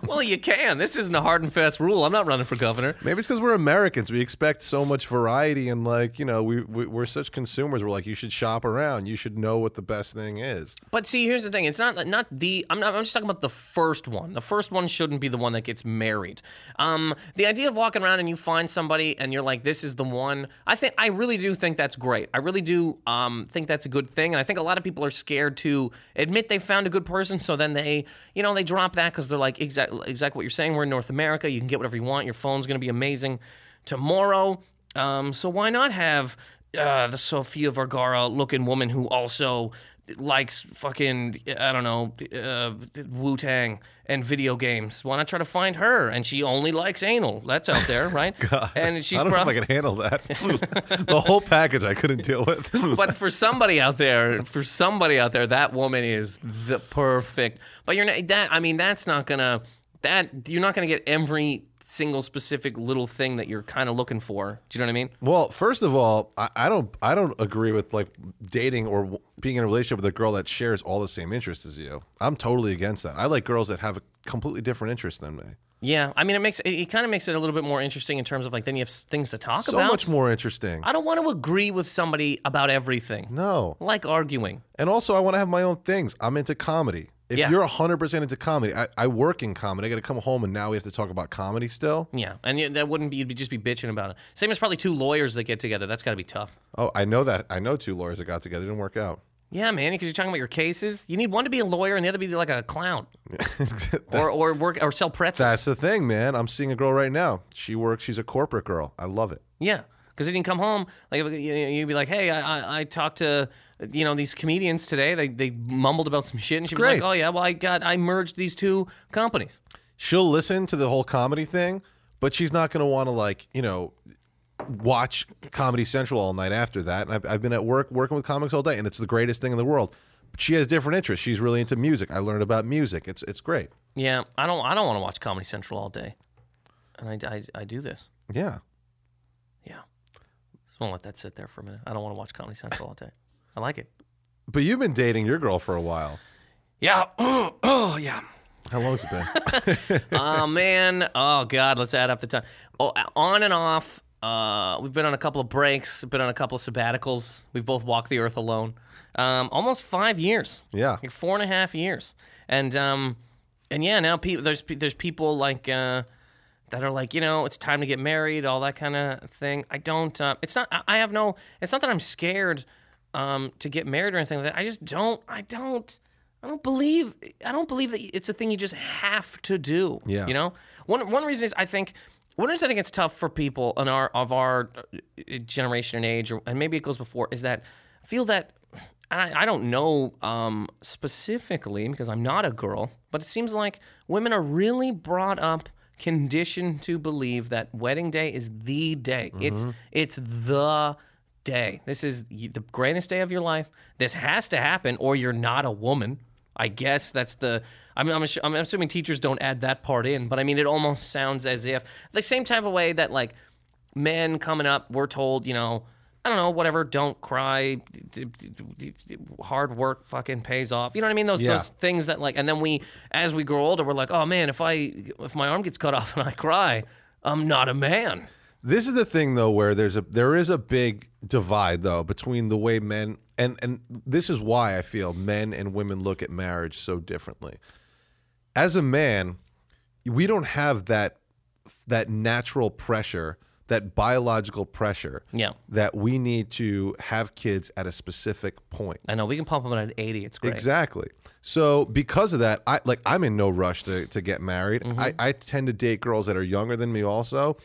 Speaker 3: Well, you can. This isn't a hard and fast rule. I'm not running for governor.
Speaker 4: Maybe it's because we're Americans. We expect so much variety, and like you know, we, we we're such consumers. We're like, you should shop around. You should know what the best thing is.
Speaker 3: But see, here's the thing. It's not not the. I'm not, I'm just talking about the first one. The first one shouldn't be the one that gets married. Um, the idea of walking around and you find somebody and you're like, this is the one. I think I really do think that's great. I really do um, think that's a good thing. And I think a lot of people are scared to admit they found a good person. So then they, you know, they drop that because they're like, exactly exactly what you're saying. We're in North America. You can get whatever you want. Your phone's gonna be amazing tomorrow. Um, so why not have uh, the Sofia Vergara looking woman who also likes fucking I don't know uh, Wu Tang and video games? Why not try to find her? And she only likes anal. That's out there, right?
Speaker 4: *laughs*
Speaker 3: And she's
Speaker 4: I don't know
Speaker 3: probably.
Speaker 4: if I can *laughs* handle
Speaker 3: *laughs*
Speaker 4: that. the whole package I couldn't deal with.
Speaker 3: But for somebody out there, for somebody out there, that woman is the perfect. But you're not that. I mean, that's not gonna. That you're not gonna get every single specific little thing that you're kind of looking for. Do you know what I mean?
Speaker 4: well, first of all, I, I don't I don't agree with like dating or w- being in a relationship with a girl that shares all the same interests as you. I'm totally against that. I like girls that have a completely different interest than me.
Speaker 3: Yeah, I mean, it makes it, it kind of makes it a little bit more interesting in terms of like then you have s- things to talk
Speaker 4: So
Speaker 3: about.
Speaker 4: much more interesting.
Speaker 3: I don't want to agree with somebody about everything,
Speaker 4: no.
Speaker 3: like arguing.
Speaker 4: And also, I want to have my own things. I'm into comedy. If
Speaker 3: Yeah.
Speaker 4: you're 100% into comedy, I, I work in comedy. I got to come home and now we have to talk about comedy still.
Speaker 3: Yeah, and yet that wouldn't be you'd be just be bitching about it. Same as probably two lawyers that get together. That's got to be tough.
Speaker 4: Oh, I know that. I know two lawyers that got together. It didn't work out. *laughs*
Speaker 3: Yeah, man, because you're talking about your cases. You need one to be a lawyer and the other to be like a clown, or or work or sell pretzels.
Speaker 4: That's the thing, man. I'm seeing a girl right now. She works. She's a corporate girl. I love it.
Speaker 3: Yeah, because then you come home, like you- you- you'd be like, "Hey, I, I, I talked to you know these comedians today. They they mumbled about some shit, and she was
Speaker 4: great.
Speaker 3: like, "Oh yeah, well I got I merged these two companies."
Speaker 4: She'll listen to the whole comedy thing, but she's not going to want to, like, you know, watch Comedy Central all night after that. And I've, I've been at work working with comics all day, and it's the greatest thing in the world. But she has different interests. She's really into music. I learned about music. It's, it's great.
Speaker 3: Yeah, I don't I don't want to watch Comedy Central all day, and I, I, I do this.
Speaker 4: Yeah.
Speaker 3: Yeah, just want to let that sit there for a minute. I don't want to watch Comedy Central all day. I like it.
Speaker 4: But you've been dating your girl for a while.
Speaker 3: Yeah. *clears throat* oh yeah.
Speaker 4: How long's it been?
Speaker 3: oh man. Oh god. Let's add up the time. Oh, on and off. Uh, we've been on a couple of breaks. Been on a couple of sabbaticals. We've both walked the earth alone. Um, almost five years.
Speaker 4: yeah.
Speaker 3: like four and a half years. And um, and yeah, now people there's pe- there's people like uh, that are like you know it's time to get married, all that kind of thing. I don't. Uh, it's not. I- I have no. It's not that I'm scared um, to get married or anything like that. I just don't. I don't. I don't believe. I don't believe that it's a thing you just have to do.
Speaker 4: Yeah.
Speaker 3: You know. One one reason is I think. One reason I think it's tough for people in our of our uh, generation and age, or, and maybe it goes before, is that I feel that and I, I don't know um, specifically because I'm not a girl, but it seems like women are really brought up, conditioned to believe that wedding day is the day. It's it's the day. This is y- the greatest day of your life. This has to happen, or you're not a woman. I guess that's the. I mean, I'm, assu- I'm assuming teachers don't add that part in, but I mean, it almost sounds as if the same type of way that like men coming up we're told, you know, I don't know, whatever, don't cry, d- d- d- d- hard work fucking pays off. You know what I mean? Those
Speaker 4: Yeah.
Speaker 3: those things that like, and then we, as we grow older, we're like, oh man, if I if my arm gets cut off and I cry, I'm not a man.
Speaker 4: This is the thing though where there's a there is a big divide though between the way men and and this is why I feel men and women look at marriage so differently. As a man, we don't have that that natural pressure that biological pressure
Speaker 3: Yeah.
Speaker 4: that we need to have kids at a specific point.
Speaker 3: I know we can pump them at 80. It's great.
Speaker 4: Exactly. So because of that, I like I'm in no rush to, to get married.
Speaker 3: Mm-hmm.
Speaker 4: I, I tend to date girls that are younger than me also.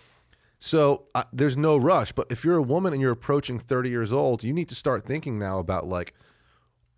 Speaker 4: So I, there's no rush. But if you're a woman and you're approaching 30 years old, you need to start thinking now about like,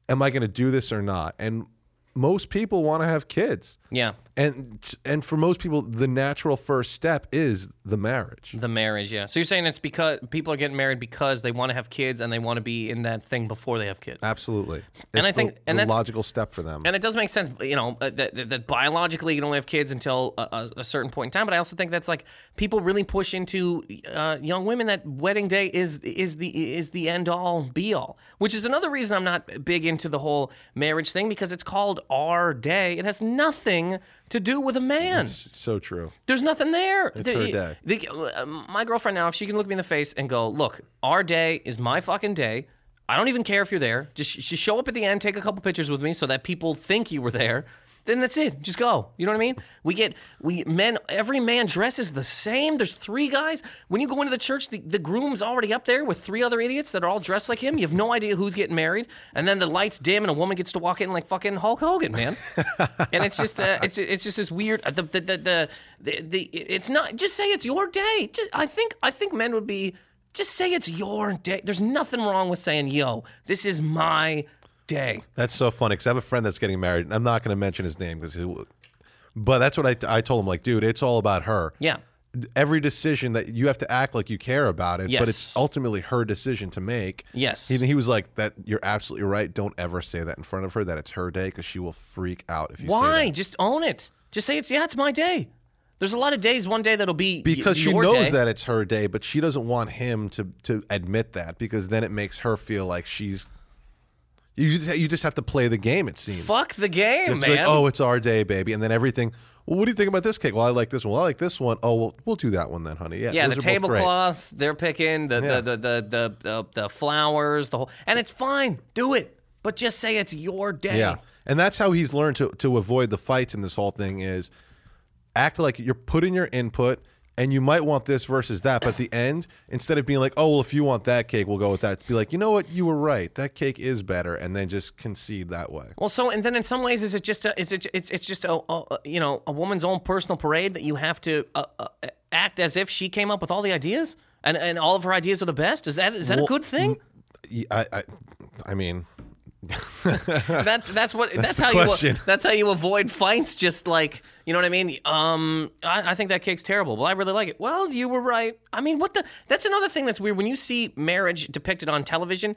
Speaker 4: am I going to do this or not? And most people want to have kids.
Speaker 3: Yeah.
Speaker 4: And and for most people, the natural first step is the marriage.
Speaker 3: The marriage, yeah. So you're saying it's because people are getting married because they want to have kids and they want to be in that thing before they have kids.
Speaker 4: Absolutely.
Speaker 3: And
Speaker 4: It's
Speaker 3: I think-
Speaker 4: the,
Speaker 3: and
Speaker 4: the
Speaker 3: that's-
Speaker 4: logical step for them.
Speaker 3: and it does make sense, you know, uh, that, that, that biologically you can only have kids until a, a, a certain point in time. But I also think that's like people really push into uh, young women that wedding day is is the is the end all be all, which is another reason I'm not big into the whole marriage thing because it's called our day. It has nothing to do with a man.
Speaker 4: so true.
Speaker 3: There's nothing there. It's
Speaker 4: her day.
Speaker 3: uh, my girlfriend now, if she can look me in the face and go, "Look, our day is my fucking day. I don't even care if you're there. Just sh- sh- show up at the end, take a couple pictures with me, so that people think you were there." Then that's it. Just go. You know what I mean? We get we men. Every man dresses the same. There's three guys. When you go into the church, the, the groom's already up there with three other idiots that are all dressed like him. You have no idea who's getting married. And then the lights dim, and a woman gets to walk in like fucking Hulk Hogan,
Speaker 4: *laughs*
Speaker 3: man. and it's just uh, it's it's just this weird uh, the the, the the the the it's not just say it's your day. Just, I think I think men would be just say it's your day. There's nothing wrong with saying yo, this is my day.
Speaker 4: That's so funny because I have a friend that's getting married. And I'm not going to mention his name because he. will- But that's what I, I told him. Like, dude, it's all about her.
Speaker 3: Yeah.
Speaker 4: Every decision that you have to act like you care about it,
Speaker 3: Yes.
Speaker 4: but it's ultimately her decision to make.
Speaker 3: Yes.
Speaker 4: He, he was like, "That you're absolutely right. Don't ever say that in front of her. That it's her day because she will freak out if you say
Speaker 3: Why?
Speaker 4: that.
Speaker 3: Just own it. Just say it's yeah, it's my day. There's a lot of days. One day that'll be y-
Speaker 4: Because she
Speaker 3: your
Speaker 4: knows
Speaker 3: day.
Speaker 4: that it's her day, but she doesn't want him to to admit that because then it makes her feel like she's. You just, you just have to play the game. It seems.
Speaker 3: Fuck the game,
Speaker 4: It's like,
Speaker 3: man.
Speaker 4: oh, it's our day, baby. And then everything. Well, what do you think about this cake? Well, I like this one. Well, I like this one. Oh, well, we'll do that one then, honey. Yeah,
Speaker 3: Yeah,
Speaker 4: those
Speaker 3: the
Speaker 4: are both great.
Speaker 3: tablecloths they're picking the, the,
Speaker 4: Yeah.
Speaker 3: the, the the the the flowers the whole and it's fine do it but just say it's your day
Speaker 4: Yeah, and that's how he's learned to to avoid the fights in this whole thing is act like you're putting your input. And you might want this versus that, but at the end, instead of being like, "Oh, well, if you want that cake, we'll go with that," be like, "You know what? You were right. That cake is better," and then just concede that way.
Speaker 3: Well, so and then in some ways, is it just a, is it it's it's just a, a you know a woman's own personal parade that you have to uh, uh, act as if she came up with all the ideas and and all of her ideas are the best. Is that is that a
Speaker 4: Well,
Speaker 3: good thing?
Speaker 4: Y- I, I, I mean,
Speaker 3: *laughs* That's that's what that's,
Speaker 4: the
Speaker 3: how you
Speaker 4: question.
Speaker 3: a- that's how you avoid fights. Just like you know what I mean. Um, I, I think that cake's terrible. Well, I really like it. Well, you were right. I mean, what the? That's another thing that's weird when you see marriage depicted on television.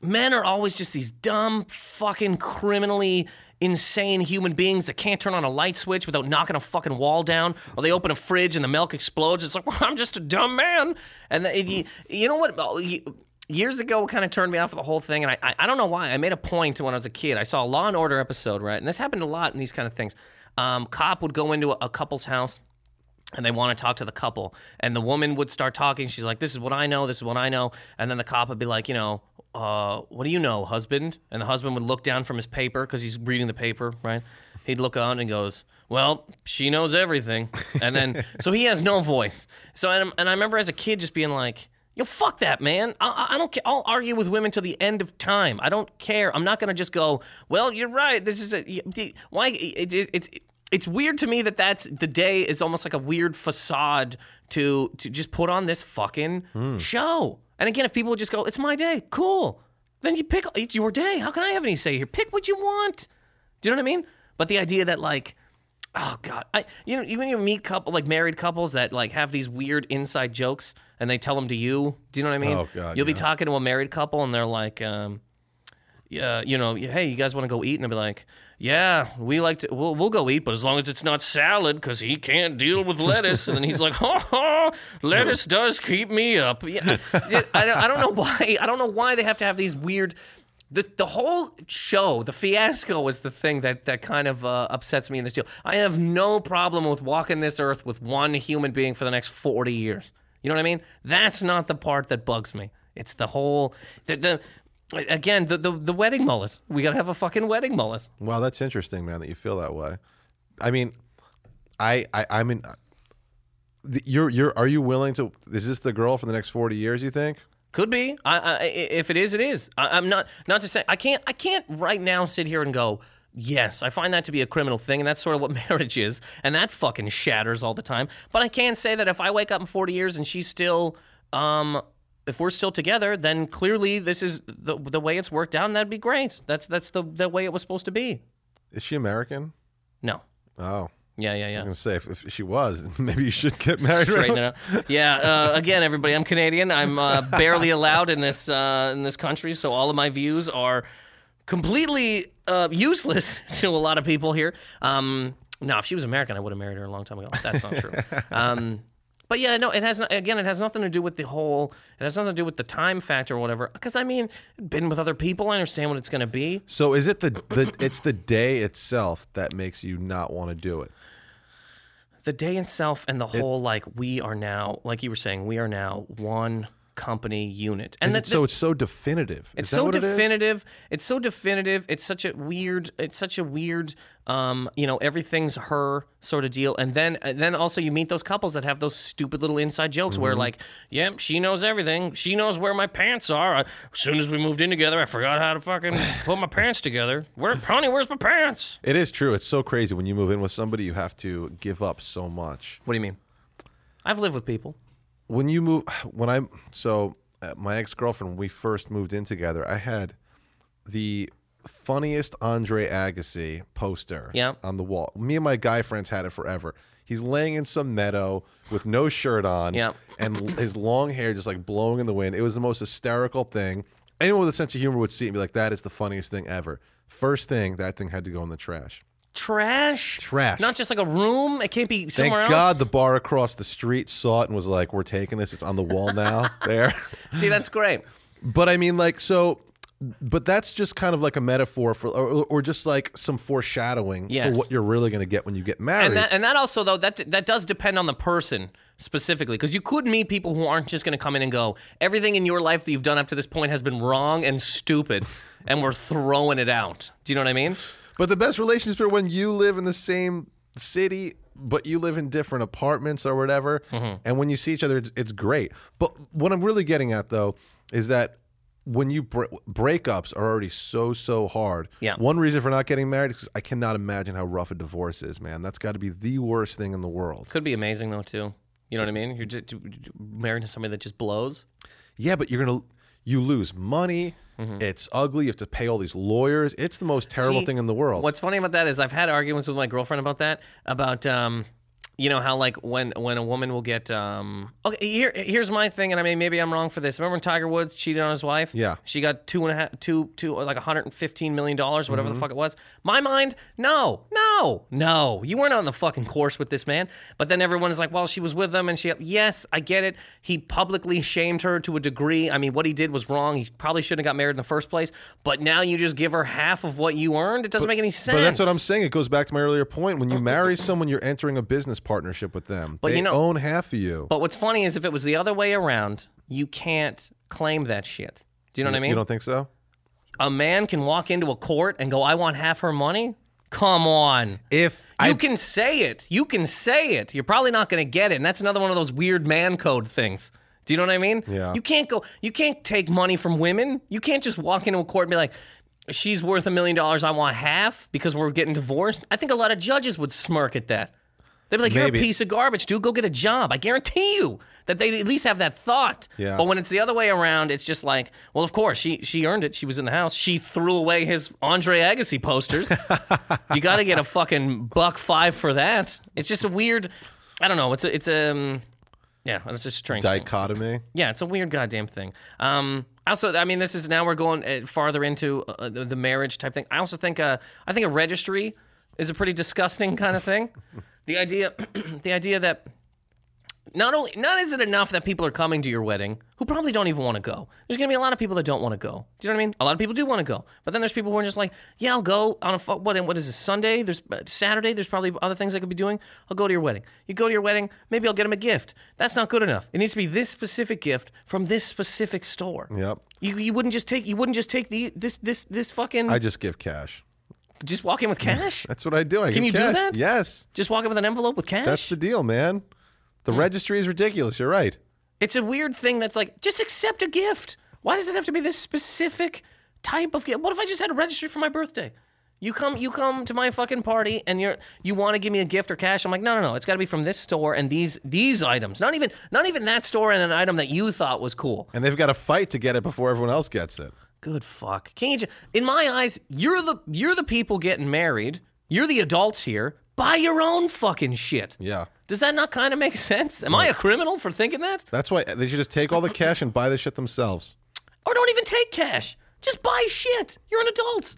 Speaker 3: Men are always just these dumb, fucking, criminally insane human beings that can't turn on a light switch without knocking a fucking wall down, or they open a fridge and the milk explodes. It's like, *laughs* well, I'm just a dumb man. And the, you, you know what? Oh, you- years ago kind of turned me off of the whole thing and I, I i don't know why i made a point when i was a kid i saw a law and order episode right and this happened a lot in these kind of things um, cop would go into a, a couple's house and they want to talk to the couple and the woman would start talking she's like this is what i know this is what i know and then the cop would be like you know uh, what do you know husband and the husband would look down from his paper because he's reading the paper right he'd look on and goes well she knows everything and then so he has no voice so and, and i remember as a kid just being like Yo, fuck that, man. I, I- I don't care. I'll argue with women till the end of time. I don't care. I'm not gonna just go. Well, you're right. This is a y- the- why it, it, it's it's weird to me that that's the day is almost like a weird facade to to just put on this fucking show. And again, if people would just go, it's my day, cool. Then you pick. It's your day. How can I have any say here? Pick what you want. Do you know what I mean? But the idea that like Oh God! I you know you- when you meet couple like married couples that like have these weird inside jokes and they tell them to you. Do you know what I mean?
Speaker 4: Oh, God,
Speaker 3: You'll be
Speaker 4: yeah.
Speaker 3: talking to a married couple and they're like, um, yeah, uh, you know, hey, you guys want to go eat? And I'll be like, yeah, we like to. We'll, we'll go eat, but as long as it's not salad, because he can't deal with lettuce. and then he's like, *laughs* ha ha, lettuce does keep me up. Yeah, I, I I don't know why. I don't know why they have to have these weird. The, the whole show, the fiasco, is the thing that, that kind of uh, upsets me in this deal. I have no problem with walking this earth with one human being for the next 40 years. You know what I mean? That's not the part that bugs me. It's the whole, the, the again, the, the, the wedding mullet. We got to have a fucking wedding mullet.
Speaker 4: Wow, that's interesting, man. That you feel that way. I mean, I, I I'm in. th- uh, you're you're are you willing to? Is this the girl for the next forty years? You think?
Speaker 3: Could be. I, I, i- if it is, it is. I, I'm not not to say I can't. I can't right now sit here and go. Yes, I find that to be a criminal thing, and that's sort of what *laughs* marriage is, and that fucking shatters all the time. But I can say that if I wake up in 40 years and she's still, um, if we're still together, then clearly this is the the way it's worked out, and that'd be great. That's that's the the way it was supposed to be.
Speaker 4: Is she American?
Speaker 3: No.
Speaker 4: Oh,
Speaker 3: Yeah, yeah, yeah.
Speaker 4: I'm gonna say if, if she was, *laughs* maybe you should get married. *laughs* right
Speaker 3: Straighten it up. Yeah. Uh, again, everybody, I'm Canadian. I'm uh, barely allowed in this uh, in this country, so all of my views are completely uh, useless *laughs* to a lot of people here. Um, no, if she was American, I would have married her a long time ago. That's not
Speaker 4: *laughs*
Speaker 3: true. um, but yeah, no, it has not, again, it has nothing to do with the whole. It has nothing to do with the time factor or whatever. Because I mean, been with other people, I understand what it's going to be.
Speaker 4: So is it the, the it's the day itself that makes you not want to do it?
Speaker 3: the day itself and the whole like we are now like you were saying we are now one company unit and
Speaker 4: Is
Speaker 3: the,
Speaker 4: it- so it's so definitive.
Speaker 3: it's
Speaker 4: Is that
Speaker 3: so
Speaker 4: what it is?
Speaker 3: definitive it's so definitive it's such a weird it's such a weird um you know everything's her sort of deal and then and then also you meet those couples that have those stupid little inside jokes where
Speaker 4: Mm-hmm.
Speaker 3: like yep she knows everything she knows where my pants are I, as soon as we moved in together i forgot how to
Speaker 4: *sighs*
Speaker 3: fucking put my pants together where honey where's my pants
Speaker 4: It is true. It's so crazy when you move in with somebody, you have to give up so much.
Speaker 3: what do you mean i've lived with people
Speaker 4: When you move, *sighs* when I so uh, my ex girlfriend, when we first moved in together, I had the funniest Andre Agassi poster
Speaker 3: Yeah.
Speaker 4: on the wall. Me and my guy friends had it forever. He's laying in some meadow with no shirt on
Speaker 3: Yeah.
Speaker 4: and l- his long hair just like blowing in the wind. It was the most hysterical thing. Anyone with a sense of humor would see it and be like, that is the funniest thing ever. First thing, that thing had to go in the trash.
Speaker 3: Trash.
Speaker 4: Trash.
Speaker 3: Not just like a room. It can't be
Speaker 4: Thank
Speaker 3: somewhere else.
Speaker 4: God the bar across the street saw it and was like, we're taking this. It's on the wall now. *laughs* there.
Speaker 3: See, that's great.
Speaker 4: But I mean, like, so, but that's just kind of like a metaphor for, or, or just like some foreshadowing
Speaker 3: Yes.
Speaker 4: for what you're really going to get when you get married.
Speaker 3: And that, and that also though that that does depend on the person specifically because you could meet people who aren't just going to come in and go everything in your life that you've done up to this point has been wrong and stupid and we're throwing it out. Do you know what I mean?
Speaker 4: but the best relationships are when you live in the same city, but you live in different apartments or whatever.
Speaker 3: Mm-hmm.
Speaker 4: And when you see each other, it's, it's great. But what I'm really getting at, though, is that when you br- breakups are already so so hard
Speaker 3: Yeah.
Speaker 4: one reason for not getting married is 'cause i cannot imagine how rough a divorce is man that's got to be the worst thing in the world
Speaker 3: Could be amazing though too. You know what I mean? You're just married to somebody that just blows.
Speaker 4: Yeah, but you're gonna you lose money. It's ugly. You have to pay all these lawyers. It's the most terrible
Speaker 3: Mm-hmm. See,
Speaker 4: thing in the world.
Speaker 3: What's funny about that is I've had arguments with my girlfriend about that. About um, you know how like when when a woman will get um. Okay, here here's my thing, and I mean maybe I'm wrong for this. Remember when Tiger Woods cheated on his wife?
Speaker 4: Yeah.
Speaker 3: she got two and a half, two two or like 115 million dollars, whatever
Speaker 4: Mm-hmm.
Speaker 3: the fuck it was. My mind, no, no, no. You weren't on the fucking course with this man. But then everyone is like, well, she was with him, and she. Yes, I get it. He publicly shamed her to a degree. I mean, what he did was wrong. He probably shouldn't have got married in the first place. But now you just give her half of what you earned. It doesn't make any sense.
Speaker 4: but that's what I'm saying. It goes back to my earlier point. When you marry someone, you're entering a business partnership with them. But they
Speaker 3: you know-
Speaker 4: own half of you.
Speaker 3: But what's funny is if it was the other way around, you can't claim that shit. Do you know what I mean?
Speaker 4: You don't think so?
Speaker 3: a man can walk into a court and go, "I want half her money." Come on.
Speaker 4: If
Speaker 3: You can say it. You can say it. You're probably not going to get it. And that's another one of those weird man code things. Do you know what I mean?
Speaker 4: Yeah.
Speaker 3: You can't go. You can't take money from women. You can't just walk into a court and be like, "She's worth a million dollars. I want half because we're getting divorced." I think a lot of judges would smirk at that. They'd be like,
Speaker 4: Maybe.
Speaker 3: "You're a piece of garbage, dude. Go get a job." I guarantee you that they at least have that thought.
Speaker 4: Yeah.
Speaker 3: But when it's the other way around, it's just like, well, of course she she earned it. She was in the house. She threw away his Andre Agassi posters. *laughs* you got to get a fucking buck five for that. It's just a weird. I don't know. It's a it's a um, yeah. It's just strange. thing.
Speaker 4: dichotomy.
Speaker 3: Yeah, it's a weird goddamn thing. Um, also, I mean, this is now we're going uh, farther into uh, the the marriage type thing. I also think uh, I think a registry is a pretty disgusting kind of thing. *laughs* the idea, *clears throat* the idea that not only not is it enough that people are coming to your wedding who probably don't even want to go. There's gonna be a lot of people that don't want to go. Do you know what I mean? A lot of people do want to go, but then there's people who are just like, yeah, I'll go on a fu- what? What is this Sunday? There's uh, Saturday. There's probably other things I could be doing. I'll go to your wedding. You go to your wedding. Maybe I'll get them a gift. That's not good enough. It needs to be this specific gift from this specific store.
Speaker 4: Yep.
Speaker 3: You, you wouldn't just take you wouldn't just take the this this this fucking
Speaker 4: I just give cash.
Speaker 3: just walk in with cash.
Speaker 4: That's what *laughs* I do. I
Speaker 3: Can
Speaker 4: give
Speaker 3: you do
Speaker 4: cash.
Speaker 3: that?
Speaker 4: Yes.
Speaker 3: just walk in with an envelope with cash.
Speaker 4: That's the deal, man. The
Speaker 3: Hmm.
Speaker 4: registry is ridiculous. You're right.
Speaker 3: It's a weird thing that's like, just accept a gift. Why does it have to be this specific type of gift? What if I just had a registry for my birthday? You come you come to my fucking party and you're you want to give me a gift or cash. I'm like, no, no, no. It's gotta be from this store and these these items. Not even not even that store and an item that you thought was cool.
Speaker 4: And they've got to fight to get it before everyone else gets it.
Speaker 3: Good fuck. Can't you just, in my eyes, you're the you're the people getting married. You're the adults here. Buy your own fucking shit.
Speaker 4: Yeah.
Speaker 3: Does that not kind of make sense? Am I a criminal for thinking that?
Speaker 4: That's why they should just take all the cash and buy the shit themselves.
Speaker 3: or don't even take cash. Just buy shit. You're an adult.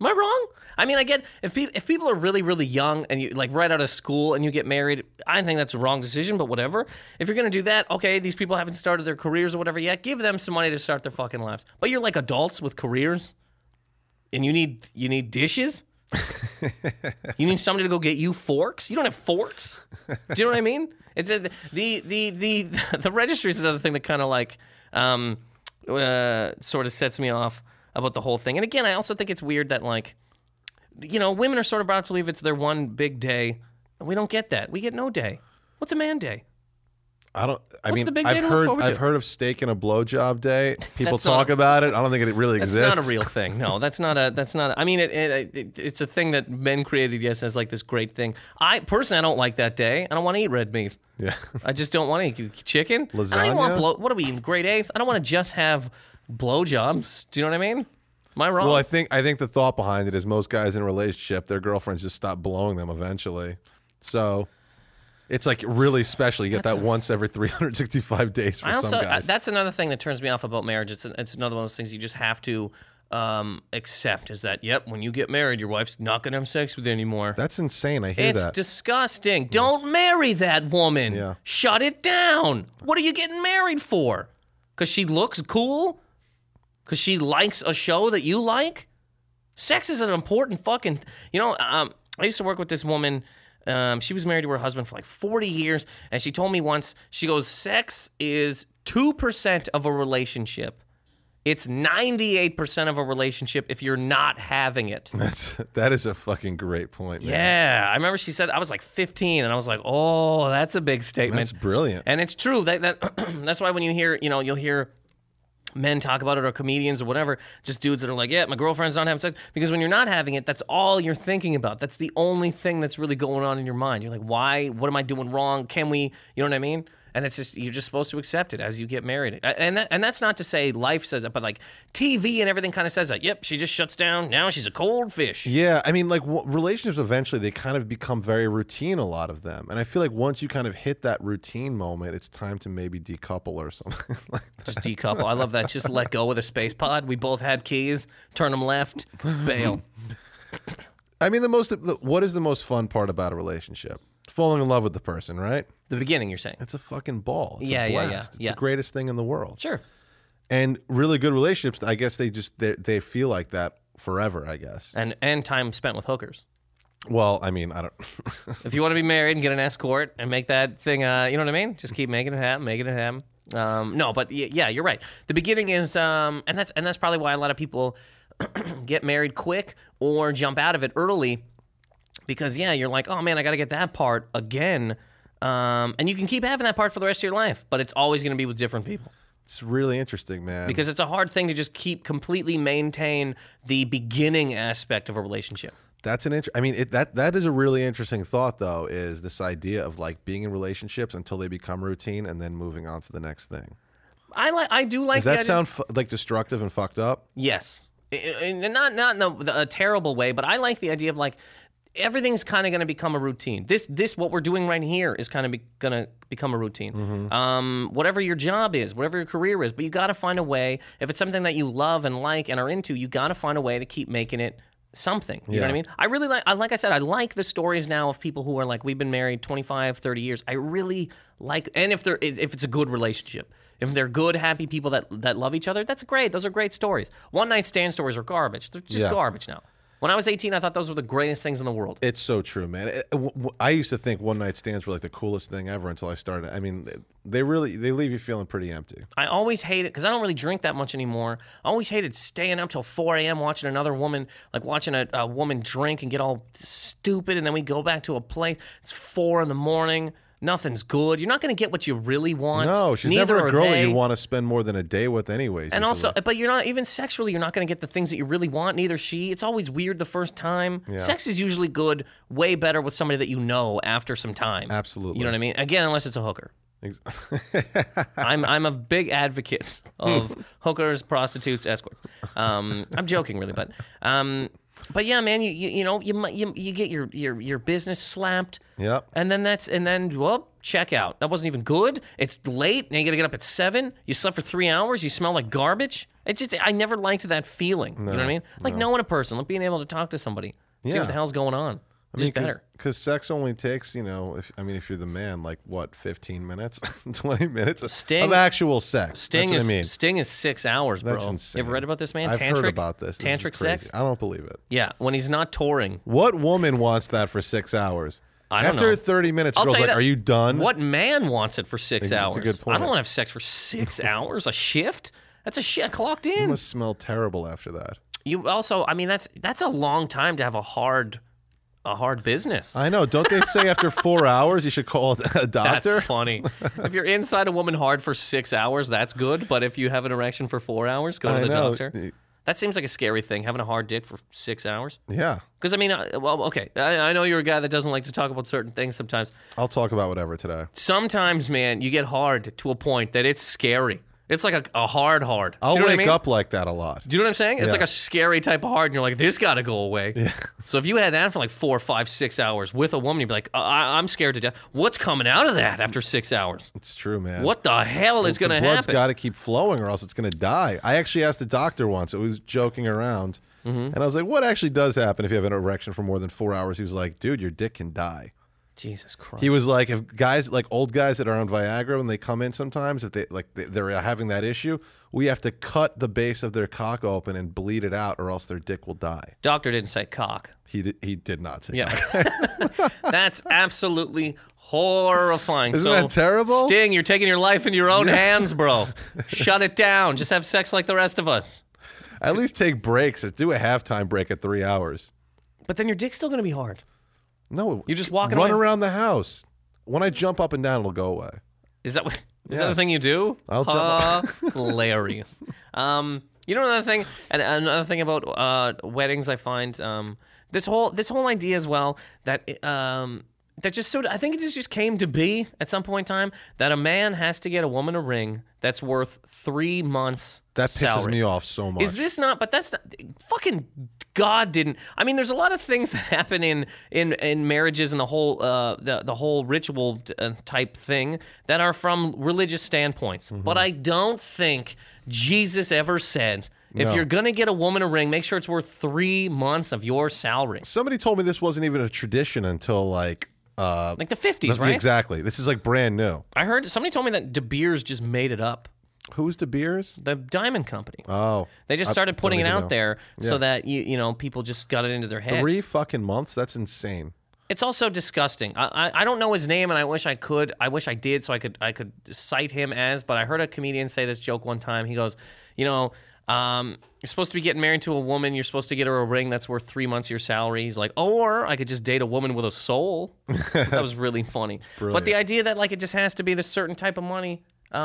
Speaker 3: Am I wrong? I mean, I get if pe- if people are really really young and you like right out of school and you get married, I think that's a wrong decision. But whatever. If you're gonna do that, okay, these people haven't started their careers or whatever yet. Give them some money to start their fucking lives. But you're like adults with careers, and you need you need dishes. you need somebody to go get you forks. You don't have forks. Do you know what I mean? It's a, the the the *laughs* the registry is another thing that kind of like um, uh, sort of sets me off about the whole thing. And again, I also think it's weird that like you know women are sort of brought up to believe it's their one big day, and we don't get that. We get no day. What's a man day?
Speaker 4: I don't. I
Speaker 3: What's
Speaker 4: mean,
Speaker 3: the big day
Speaker 4: I've
Speaker 3: to look
Speaker 4: heard.
Speaker 3: forward
Speaker 4: I've
Speaker 3: to?
Speaker 4: heard of steak and a blowjob day.
Speaker 3: *laughs*
Speaker 4: People
Speaker 3: That's not
Speaker 4: talk
Speaker 3: a-
Speaker 4: about it. I don't think it really
Speaker 3: That's
Speaker 4: exists.
Speaker 3: not a real thing. No, that's not a. That's not. A, I mean, it, it, it, it's a thing that men created. Yes, as like this great thing. I personally, I don't like that day. I don't want to eat red meat. *laughs*
Speaker 4: Yeah. *laughs*
Speaker 3: I just don't want to eat chicken. I don't even want
Speaker 4: Lasagna?
Speaker 3: blow. What are we eating? Grade A's? I don't want to just have blowjobs. Do you know what I mean? Am I wrong?
Speaker 4: Well, I think I think the thought behind it is most guys in a relationship, their girlfriends just stop blowing them eventually. So it's like really special. You get that once every 365 days for
Speaker 3: I also
Speaker 4: some
Speaker 3: I-
Speaker 4: guys.
Speaker 3: that's another thing that turns me off about marriage. It's it's another one of those things you just have to um, accept. Is that yep? When you get married, your wife's not gonna have sex with you anymore.
Speaker 4: that's insane. I hear
Speaker 3: It's
Speaker 4: that.
Speaker 3: disgusting. Don't marry that woman.
Speaker 4: Yeah.
Speaker 3: Shut it down. What are you getting married for? Because she looks cool? Because she likes a show that you like? Sex is an important fucking. You know, um, I used to work with this woman. Um, she was married to her husband for like 40 years. And she told me once, she goes, Sex is 2% of a relationship. It's 98% of a relationship if you're not having it.
Speaker 4: *laughs* That's that is a fucking great point. man.
Speaker 3: Yeah, I remember she said I was like 15, and I was like, "Oh, that's a big statement."
Speaker 4: That's brilliant.
Speaker 3: and it's true. That, that *clears throat* that's why when you hear, you know, you'll hear men talk about it or comedians or whatever, just dudes that are like, "Yeah, my girlfriend's not having sex," because when you're not having it, that's all you're thinking about. That's the only thing that's really going on in your mind. You're like, "Why? What am I doing wrong? Can we?" You know what I mean? And it's just you're just supposed to accept it as you get married, A- and that, and that's not to say life says it, but like TV and everything kind of says that. Yep, she just shuts down. Now she's a cold fish.
Speaker 4: Yeah, I mean, like w- relationships eventually they kind of become very routine. A lot of them, and I feel like once you kind of hit that routine moment, it's time to maybe decouple or *laughs* something like that.
Speaker 3: Just decouple. I love that. Just let go with a space pod. We both had keys. Turn them left. Bail.
Speaker 4: I mean, the most the, what is the most fun part about a relationship? Falling in love with the person, right?
Speaker 3: The beginning, you're saying.
Speaker 4: It's a fucking ball. It's
Speaker 3: Yeah,
Speaker 4: a
Speaker 3: yeah, yeah,
Speaker 4: blast. It's
Speaker 3: yeah.
Speaker 4: the greatest thing in the world.
Speaker 3: Sure.
Speaker 4: And really good relationships, I guess they just they, they feel like that forever, I guess.
Speaker 3: And and time spent with hookers.
Speaker 4: Well, I mean, I don't *laughs*
Speaker 3: If you want to be married and get an escort and make that thing, uh, you know what I mean? Just keep making it happen, making it happen. Um, no, but y- yeah, you're right. The beginning is, um, and that's and that's probably why a lot of people *clears throat* get married quick or jump out of it early, because yeah, you're like, oh man, I got to get that part again, um, and you can keep having that part for the rest of your life, but it's always going to be with different people.
Speaker 4: It's really interesting, man.
Speaker 3: because it's a hard thing to just keep completely maintain the beginning aspect of a relationship.
Speaker 4: that's an inter- I mean, it, that that is a really interesting thought though is this idea of like being in relationships until they become routine and then moving on to the next thing.
Speaker 3: I like I do like
Speaker 4: Does
Speaker 3: the
Speaker 4: that
Speaker 3: idea-
Speaker 4: sound f- like destructive and fucked up?
Speaker 3: Yes, I- I- and not not in a, the- a terrible way, but I like the idea of like everything's kind of going to become a routine. This this what we're doing right here is kind of be, going to become a routine.
Speaker 4: Mm-hmm.
Speaker 3: Um, whatever your job is, whatever your career is, but you got to find a way. If it's something that you love and like and are into, you got to find a way to keep making it something. You know what I
Speaker 4: Yeah.
Speaker 3: mean? I really like I like I said I like the stories now of people who are like we've been married 25, 30 years. I really like and if they're if it's a good relationship. If they're good, happy people that that love each other, that's great. Those are great stories. One night stand stories are garbage. They're just
Speaker 4: Yeah.
Speaker 3: garbage now. When I was 18, I thought those were the greatest things in the world.
Speaker 4: It's so true, man. It- w- w- I used to think one night stands were like the coolest thing ever until I started. I mean, they really they leave you feeling pretty empty.
Speaker 3: I always hated because I don't really drink that much anymore. I always hated staying up till 4 a.m. watching another woman, like watching a, a woman drink and get all stupid, and then we go back to a place. It's four in the morning. Nothing's good. You're not going to get what you really want.
Speaker 4: No, she's
Speaker 3: Neither
Speaker 4: never
Speaker 3: are
Speaker 4: a girl
Speaker 3: they.
Speaker 4: that you want to spend more than a day with, anyways.
Speaker 3: And
Speaker 4: usually.
Speaker 3: also, but you're not even sexually. You're not going to get the things that you really want. Neither is she. It's always weird the first time. Sex is usually good, way better with somebody that you know after some time.
Speaker 4: Absolutely.
Speaker 3: You know what I mean? Again, unless it's a hooker.
Speaker 4: Ex- *laughs*
Speaker 3: I'm I'm a big advocate of hookers, prostitutes, escorts. Um, I'm joking, really, but um, but yeah, man, you you, you know you, might- you you get your your your business slapped.
Speaker 4: Yep.
Speaker 3: And then that's and then well, check out. That wasn't even good. It's late. Now you got to get up at seven. You slept for three hours. You smell like garbage. It just I never liked that feeling. you know what I mean? Like knowing a person, like being able to talk to somebody, see
Speaker 4: Yeah.
Speaker 3: what the hell's going on. It's just better.
Speaker 4: Because sex only takes, you know, if, I mean, if you're the man, like what, 15 minutes, *laughs* 20 minutes of-
Speaker 3: Sting-
Speaker 4: of actual sex.
Speaker 3: Sting
Speaker 4: That's
Speaker 3: is
Speaker 4: what I mean.
Speaker 3: Sting is six hours, bro.
Speaker 4: That's insane.
Speaker 3: You ever read about this man?
Speaker 4: I've
Speaker 3: tantric
Speaker 4: heard about this. This is
Speaker 3: tantric
Speaker 4: crazy.
Speaker 3: sex.
Speaker 4: I don't believe it.
Speaker 3: Yeah, when he's not touring.
Speaker 4: What woman wants that for six hours?
Speaker 3: I don't
Speaker 4: After
Speaker 3: know.
Speaker 4: 30 minutes,
Speaker 3: I'll
Speaker 4: girls
Speaker 3: tell you
Speaker 4: like,
Speaker 3: that-
Speaker 4: are you done?
Speaker 3: What man wants it for six
Speaker 4: That's a
Speaker 3: hours?
Speaker 4: good
Speaker 3: I
Speaker 4: point.
Speaker 3: don't want to have sex for
Speaker 4: *laughs*
Speaker 3: six hours. A shift? That's a shit. I clocked
Speaker 4: It
Speaker 3: in.
Speaker 4: must smell terrible after that.
Speaker 3: You also, I mean, that's that's a long time to have a hard, a hard business.
Speaker 4: I know. Don't they say
Speaker 3: *laughs*
Speaker 4: after four hours you should call a
Speaker 3: that's
Speaker 4: doctor? *laughs*
Speaker 3: funny. if you're inside a woman hard for six hours, that's good. But if you have an erection for four hours, go to
Speaker 4: I
Speaker 3: the
Speaker 4: know.
Speaker 3: doctor. That seems like a scary thing. Having a hard dick for six hours.
Speaker 4: Yeah.
Speaker 3: Because I mean, I- well, okay, I, I know you're a guy that doesn't like to talk about certain things sometimes.
Speaker 4: I'll talk about whatever today.
Speaker 3: sometimes, man, you get hard to a point that it's scary. It's like a, a hard hard. Do
Speaker 4: I'll
Speaker 3: you know what I
Speaker 4: wake
Speaker 3: mean?
Speaker 4: up like that a lot.
Speaker 3: Do you know what I'm saying? It's like
Speaker 4: Yeah.
Speaker 3: a scary type of hard, and you're like, this got to go away. So if you had that for like four, five, six hours with a woman, you'd be like, I- I- I'm scared to death. What's coming out of that after six hours?
Speaker 4: It's true, man.
Speaker 3: What the hell is
Speaker 4: The
Speaker 3: going to
Speaker 4: blood's
Speaker 3: happen?
Speaker 4: got to keep flowing, or else it's going to die. I actually asked the doctor once. It was joking around,
Speaker 3: Mm-hmm.
Speaker 4: and I was like, "What actually does happen if you have an erection for more than four hours?" He was like, "Dude, your dick can die."
Speaker 3: Jesus Christ.
Speaker 4: He was like, "If guys, like old guys that are on Viagra, when they come in, sometimes if they like they- they're having that issue, we have to cut the base of their cock open and bleed it out, or else their dick will die."
Speaker 3: Doctor didn't say cock.
Speaker 4: He did, he did not say. *laughs*
Speaker 3: Yeah. *laughs* That's absolutely horrifying.
Speaker 4: Isn't
Speaker 3: so,
Speaker 4: that terrible?
Speaker 3: Sting, you're taking your life in your own hands,
Speaker 4: *laughs*
Speaker 3: bro. Shut it down. Just have sex like the rest of us.
Speaker 4: that. At least take breaks. Or do a halftime break at three hours.
Speaker 3: But then your dick's still going to be hard.
Speaker 4: No,
Speaker 3: You're just walking
Speaker 4: run
Speaker 3: away-
Speaker 4: around the house. When I jump up and down, it'll go away.
Speaker 3: Is that what? Is that the
Speaker 4: Yes.
Speaker 3: thing you do?
Speaker 4: I'll *laughs*
Speaker 3: Hilarious. um, you know another thing, and another thing about uh, weddings, I find um, this whole this whole idea as well that um, that just sort of I think this just came to be at some point in time that a man has to get a woman a ring that's worth three months.
Speaker 4: That pisses
Speaker 3: salary.
Speaker 4: me off so much.
Speaker 3: Is this not? But that's not. Fucking God didn't. I mean, there's a lot of things *laughs* that happen in in in marriages and the whole uh the the whole ritual uh, type thing that are from religious standpoints.
Speaker 4: Mm-hmm.
Speaker 3: But I don't think Jesus ever said. If
Speaker 4: No.
Speaker 3: you're gonna get a woman a ring, make sure it's worth three months of your salary,
Speaker 4: Somebody told me this wasn't even a tradition until like uh
Speaker 3: like the fifties,
Speaker 4: the-
Speaker 3: right?
Speaker 4: exactly. This is like brand new.
Speaker 3: I heard somebody told me that De Beers just made it up.
Speaker 4: Who's De Beers?
Speaker 3: The diamond company.
Speaker 4: Oh.
Speaker 3: they just started putting it
Speaker 4: even
Speaker 3: out
Speaker 4: know.
Speaker 3: there so that you you know people just got it into their head.
Speaker 4: Three fucking months? That's insane.
Speaker 3: It's also disgusting. I, I I don't know his name, and I wish I could. I wish I did, so I could I could cite him as. But I heard a comedian say this joke one time. He goes, you know, um, you're supposed to be getting married to a woman. You're supposed to get her a ring that's worth three months of your salary. He's like, or I could just date a woman with a soul. that was really funny. But the idea that like it just has to be this certain type of money.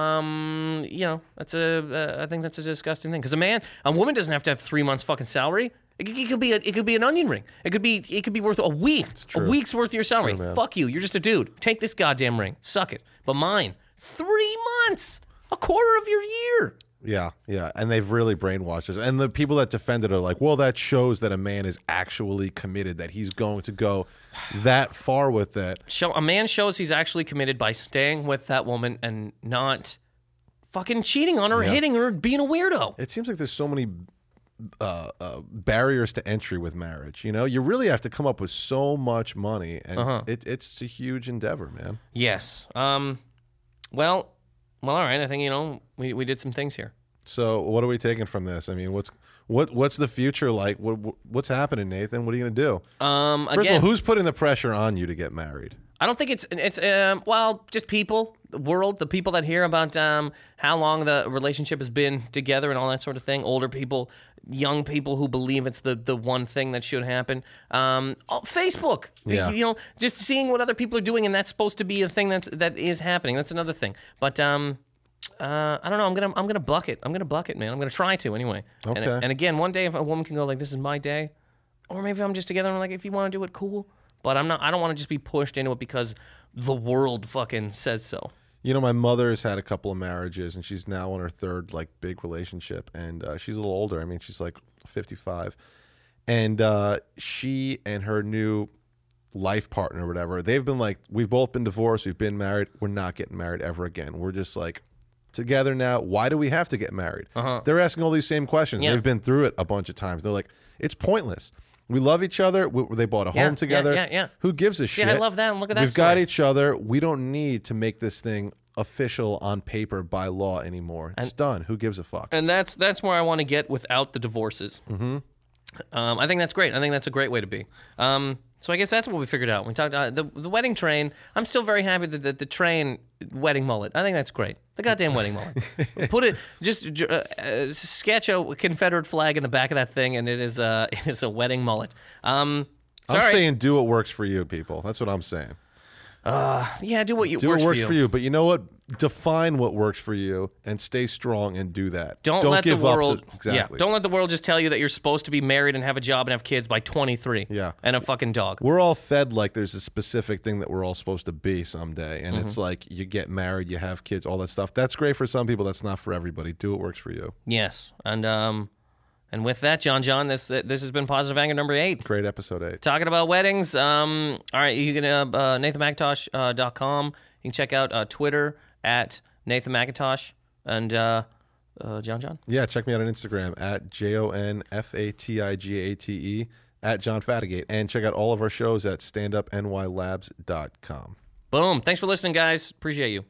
Speaker 3: Um, you know, that's a uh, I think that's a disgusting thing because a man, a woman doesn't have to have three months fucking salary. It, could- it could be a, it could be an onion ring. It could be it could be worth a week, a week's worth of your salary. Fuck you, you're just a dude. Take this goddamn ring, suck it. But mine, three months, a quarter of your year.
Speaker 4: Yeah, yeah. And they've really brainwashed us. And the people that defend it are like, well, that shows that a man is actually committed, that he's going to go that far with it.
Speaker 3: Show a man shows he's actually committed by staying with that woman and not fucking cheating on her, hitting her, being a weirdo.
Speaker 4: It seems like there's so many uh, uh, barriers to entry with marriage. You know, you really have to come up with so much money, and
Speaker 3: Uh-huh.
Speaker 4: it, it's a huge endeavor, man.
Speaker 3: Yes. Um. Well. Well. All right. I think you know we, we did some things here.
Speaker 4: So, what are we taking from this? I mean, what's what what's the future like? What what- what's happening, Nathan? What are you gonna do?
Speaker 3: Um.
Speaker 4: First
Speaker 3: Again,
Speaker 4: of all, who's putting the pressure on you to get married?
Speaker 3: I don't think it's it's um. Well, just people, the world, the people that hear about um how long the relationship has been together and all that sort of thing. Older people young people who believe it's the the one thing that should happen. Um, oh, Facebook,
Speaker 4: Yeah.
Speaker 3: you know, just seeing what other people are doing, and that's supposed to be a thing that that is happening. That's another thing. But um, uh, I don't know. I'm gonna I'm gonna buck it. I'm gonna buck it, man. I'm gonna try to anyway. And,
Speaker 4: Okay.
Speaker 3: and again, one day if a woman can go like, "This is my day," or maybe I'm just together. and I'm like, if you want to do it, cool. But I'm not. I don't want to just be pushed into it because the world fucking says so.
Speaker 4: You know, my mother's had a couple of marriages, and she's now on her third like big relationship, and uh, she's a little older. I mean, she's like fifty five, and uh, she and her new life partner, or whatever, they've been like, we've both been divorced, we've been married, we're not getting married ever again. We're just like together now. Why do we have to get married? They're asking all these same questions.
Speaker 3: Uh-huh. Yeah.
Speaker 4: They've been through it a bunch of times. They're like, it's pointless. We love each other. We, they bought a
Speaker 3: Yeah,
Speaker 4: home
Speaker 3: yeah,
Speaker 4: together.
Speaker 3: yeah, yeah.
Speaker 4: Who gives a shit?
Speaker 3: I love that. Look at that
Speaker 4: We've got
Speaker 3: story.
Speaker 4: each other. We don't need to make this thing official on paper by law anymore. It's done. Who gives a fuck?
Speaker 3: and that's that's where I want to get without the divorces. Mm-hmm. Um, I think that's great. I think that's a great way to be. Um, so I guess that's what we figured out. We talked uh, the the wedding train. I'm still very happy that the, the train wedding mullet. I think that's great. The goddamn wedding mullet.
Speaker 4: *laughs*
Speaker 3: Put it just j- uh, uh, sketch a Confederate flag in the back of that thing, and it is a *laughs* it is a wedding mullet. Um,
Speaker 4: I'm
Speaker 3: sorry.
Speaker 4: saying do what works for you, people. That's what I'm saying.
Speaker 3: yeah, do what you
Speaker 4: Do
Speaker 3: works
Speaker 4: what works
Speaker 3: for you.
Speaker 4: But you know what? Define what works for you and stay strong and do that.
Speaker 3: Don't, let
Speaker 4: give
Speaker 3: the world
Speaker 4: up. To,
Speaker 3: yeah,
Speaker 4: exactly.
Speaker 3: don't let the world just tell you that you're supposed to be married and have a job and have kids by 23.
Speaker 4: Yeah.
Speaker 3: And a fucking dog.
Speaker 4: we're all fed like there's a specific thing that we're all supposed to be someday. And
Speaker 3: Mm-hmm.
Speaker 4: it's like you get married, you have kids, all that stuff. That's great for some people. That's not for everybody. Do what works for you.
Speaker 3: Yes, and um, and with that, John, John, this this has been positive anger number eight.
Speaker 4: Great episode eight.
Speaker 3: Talking about weddings. Um, all right, you can uh, uh, NathanMcIntosh.com. Uh, dot com. you can check out uh, Twitter at Nathan McIntosh and uh, uh, John, John.
Speaker 4: Yeah, check me out on Instagram at J O N F A T I G A T E at John Fatigate. And check out all of our shows at standupnylabs.com.
Speaker 3: Boom. Thanks for listening, guys. Appreciate you.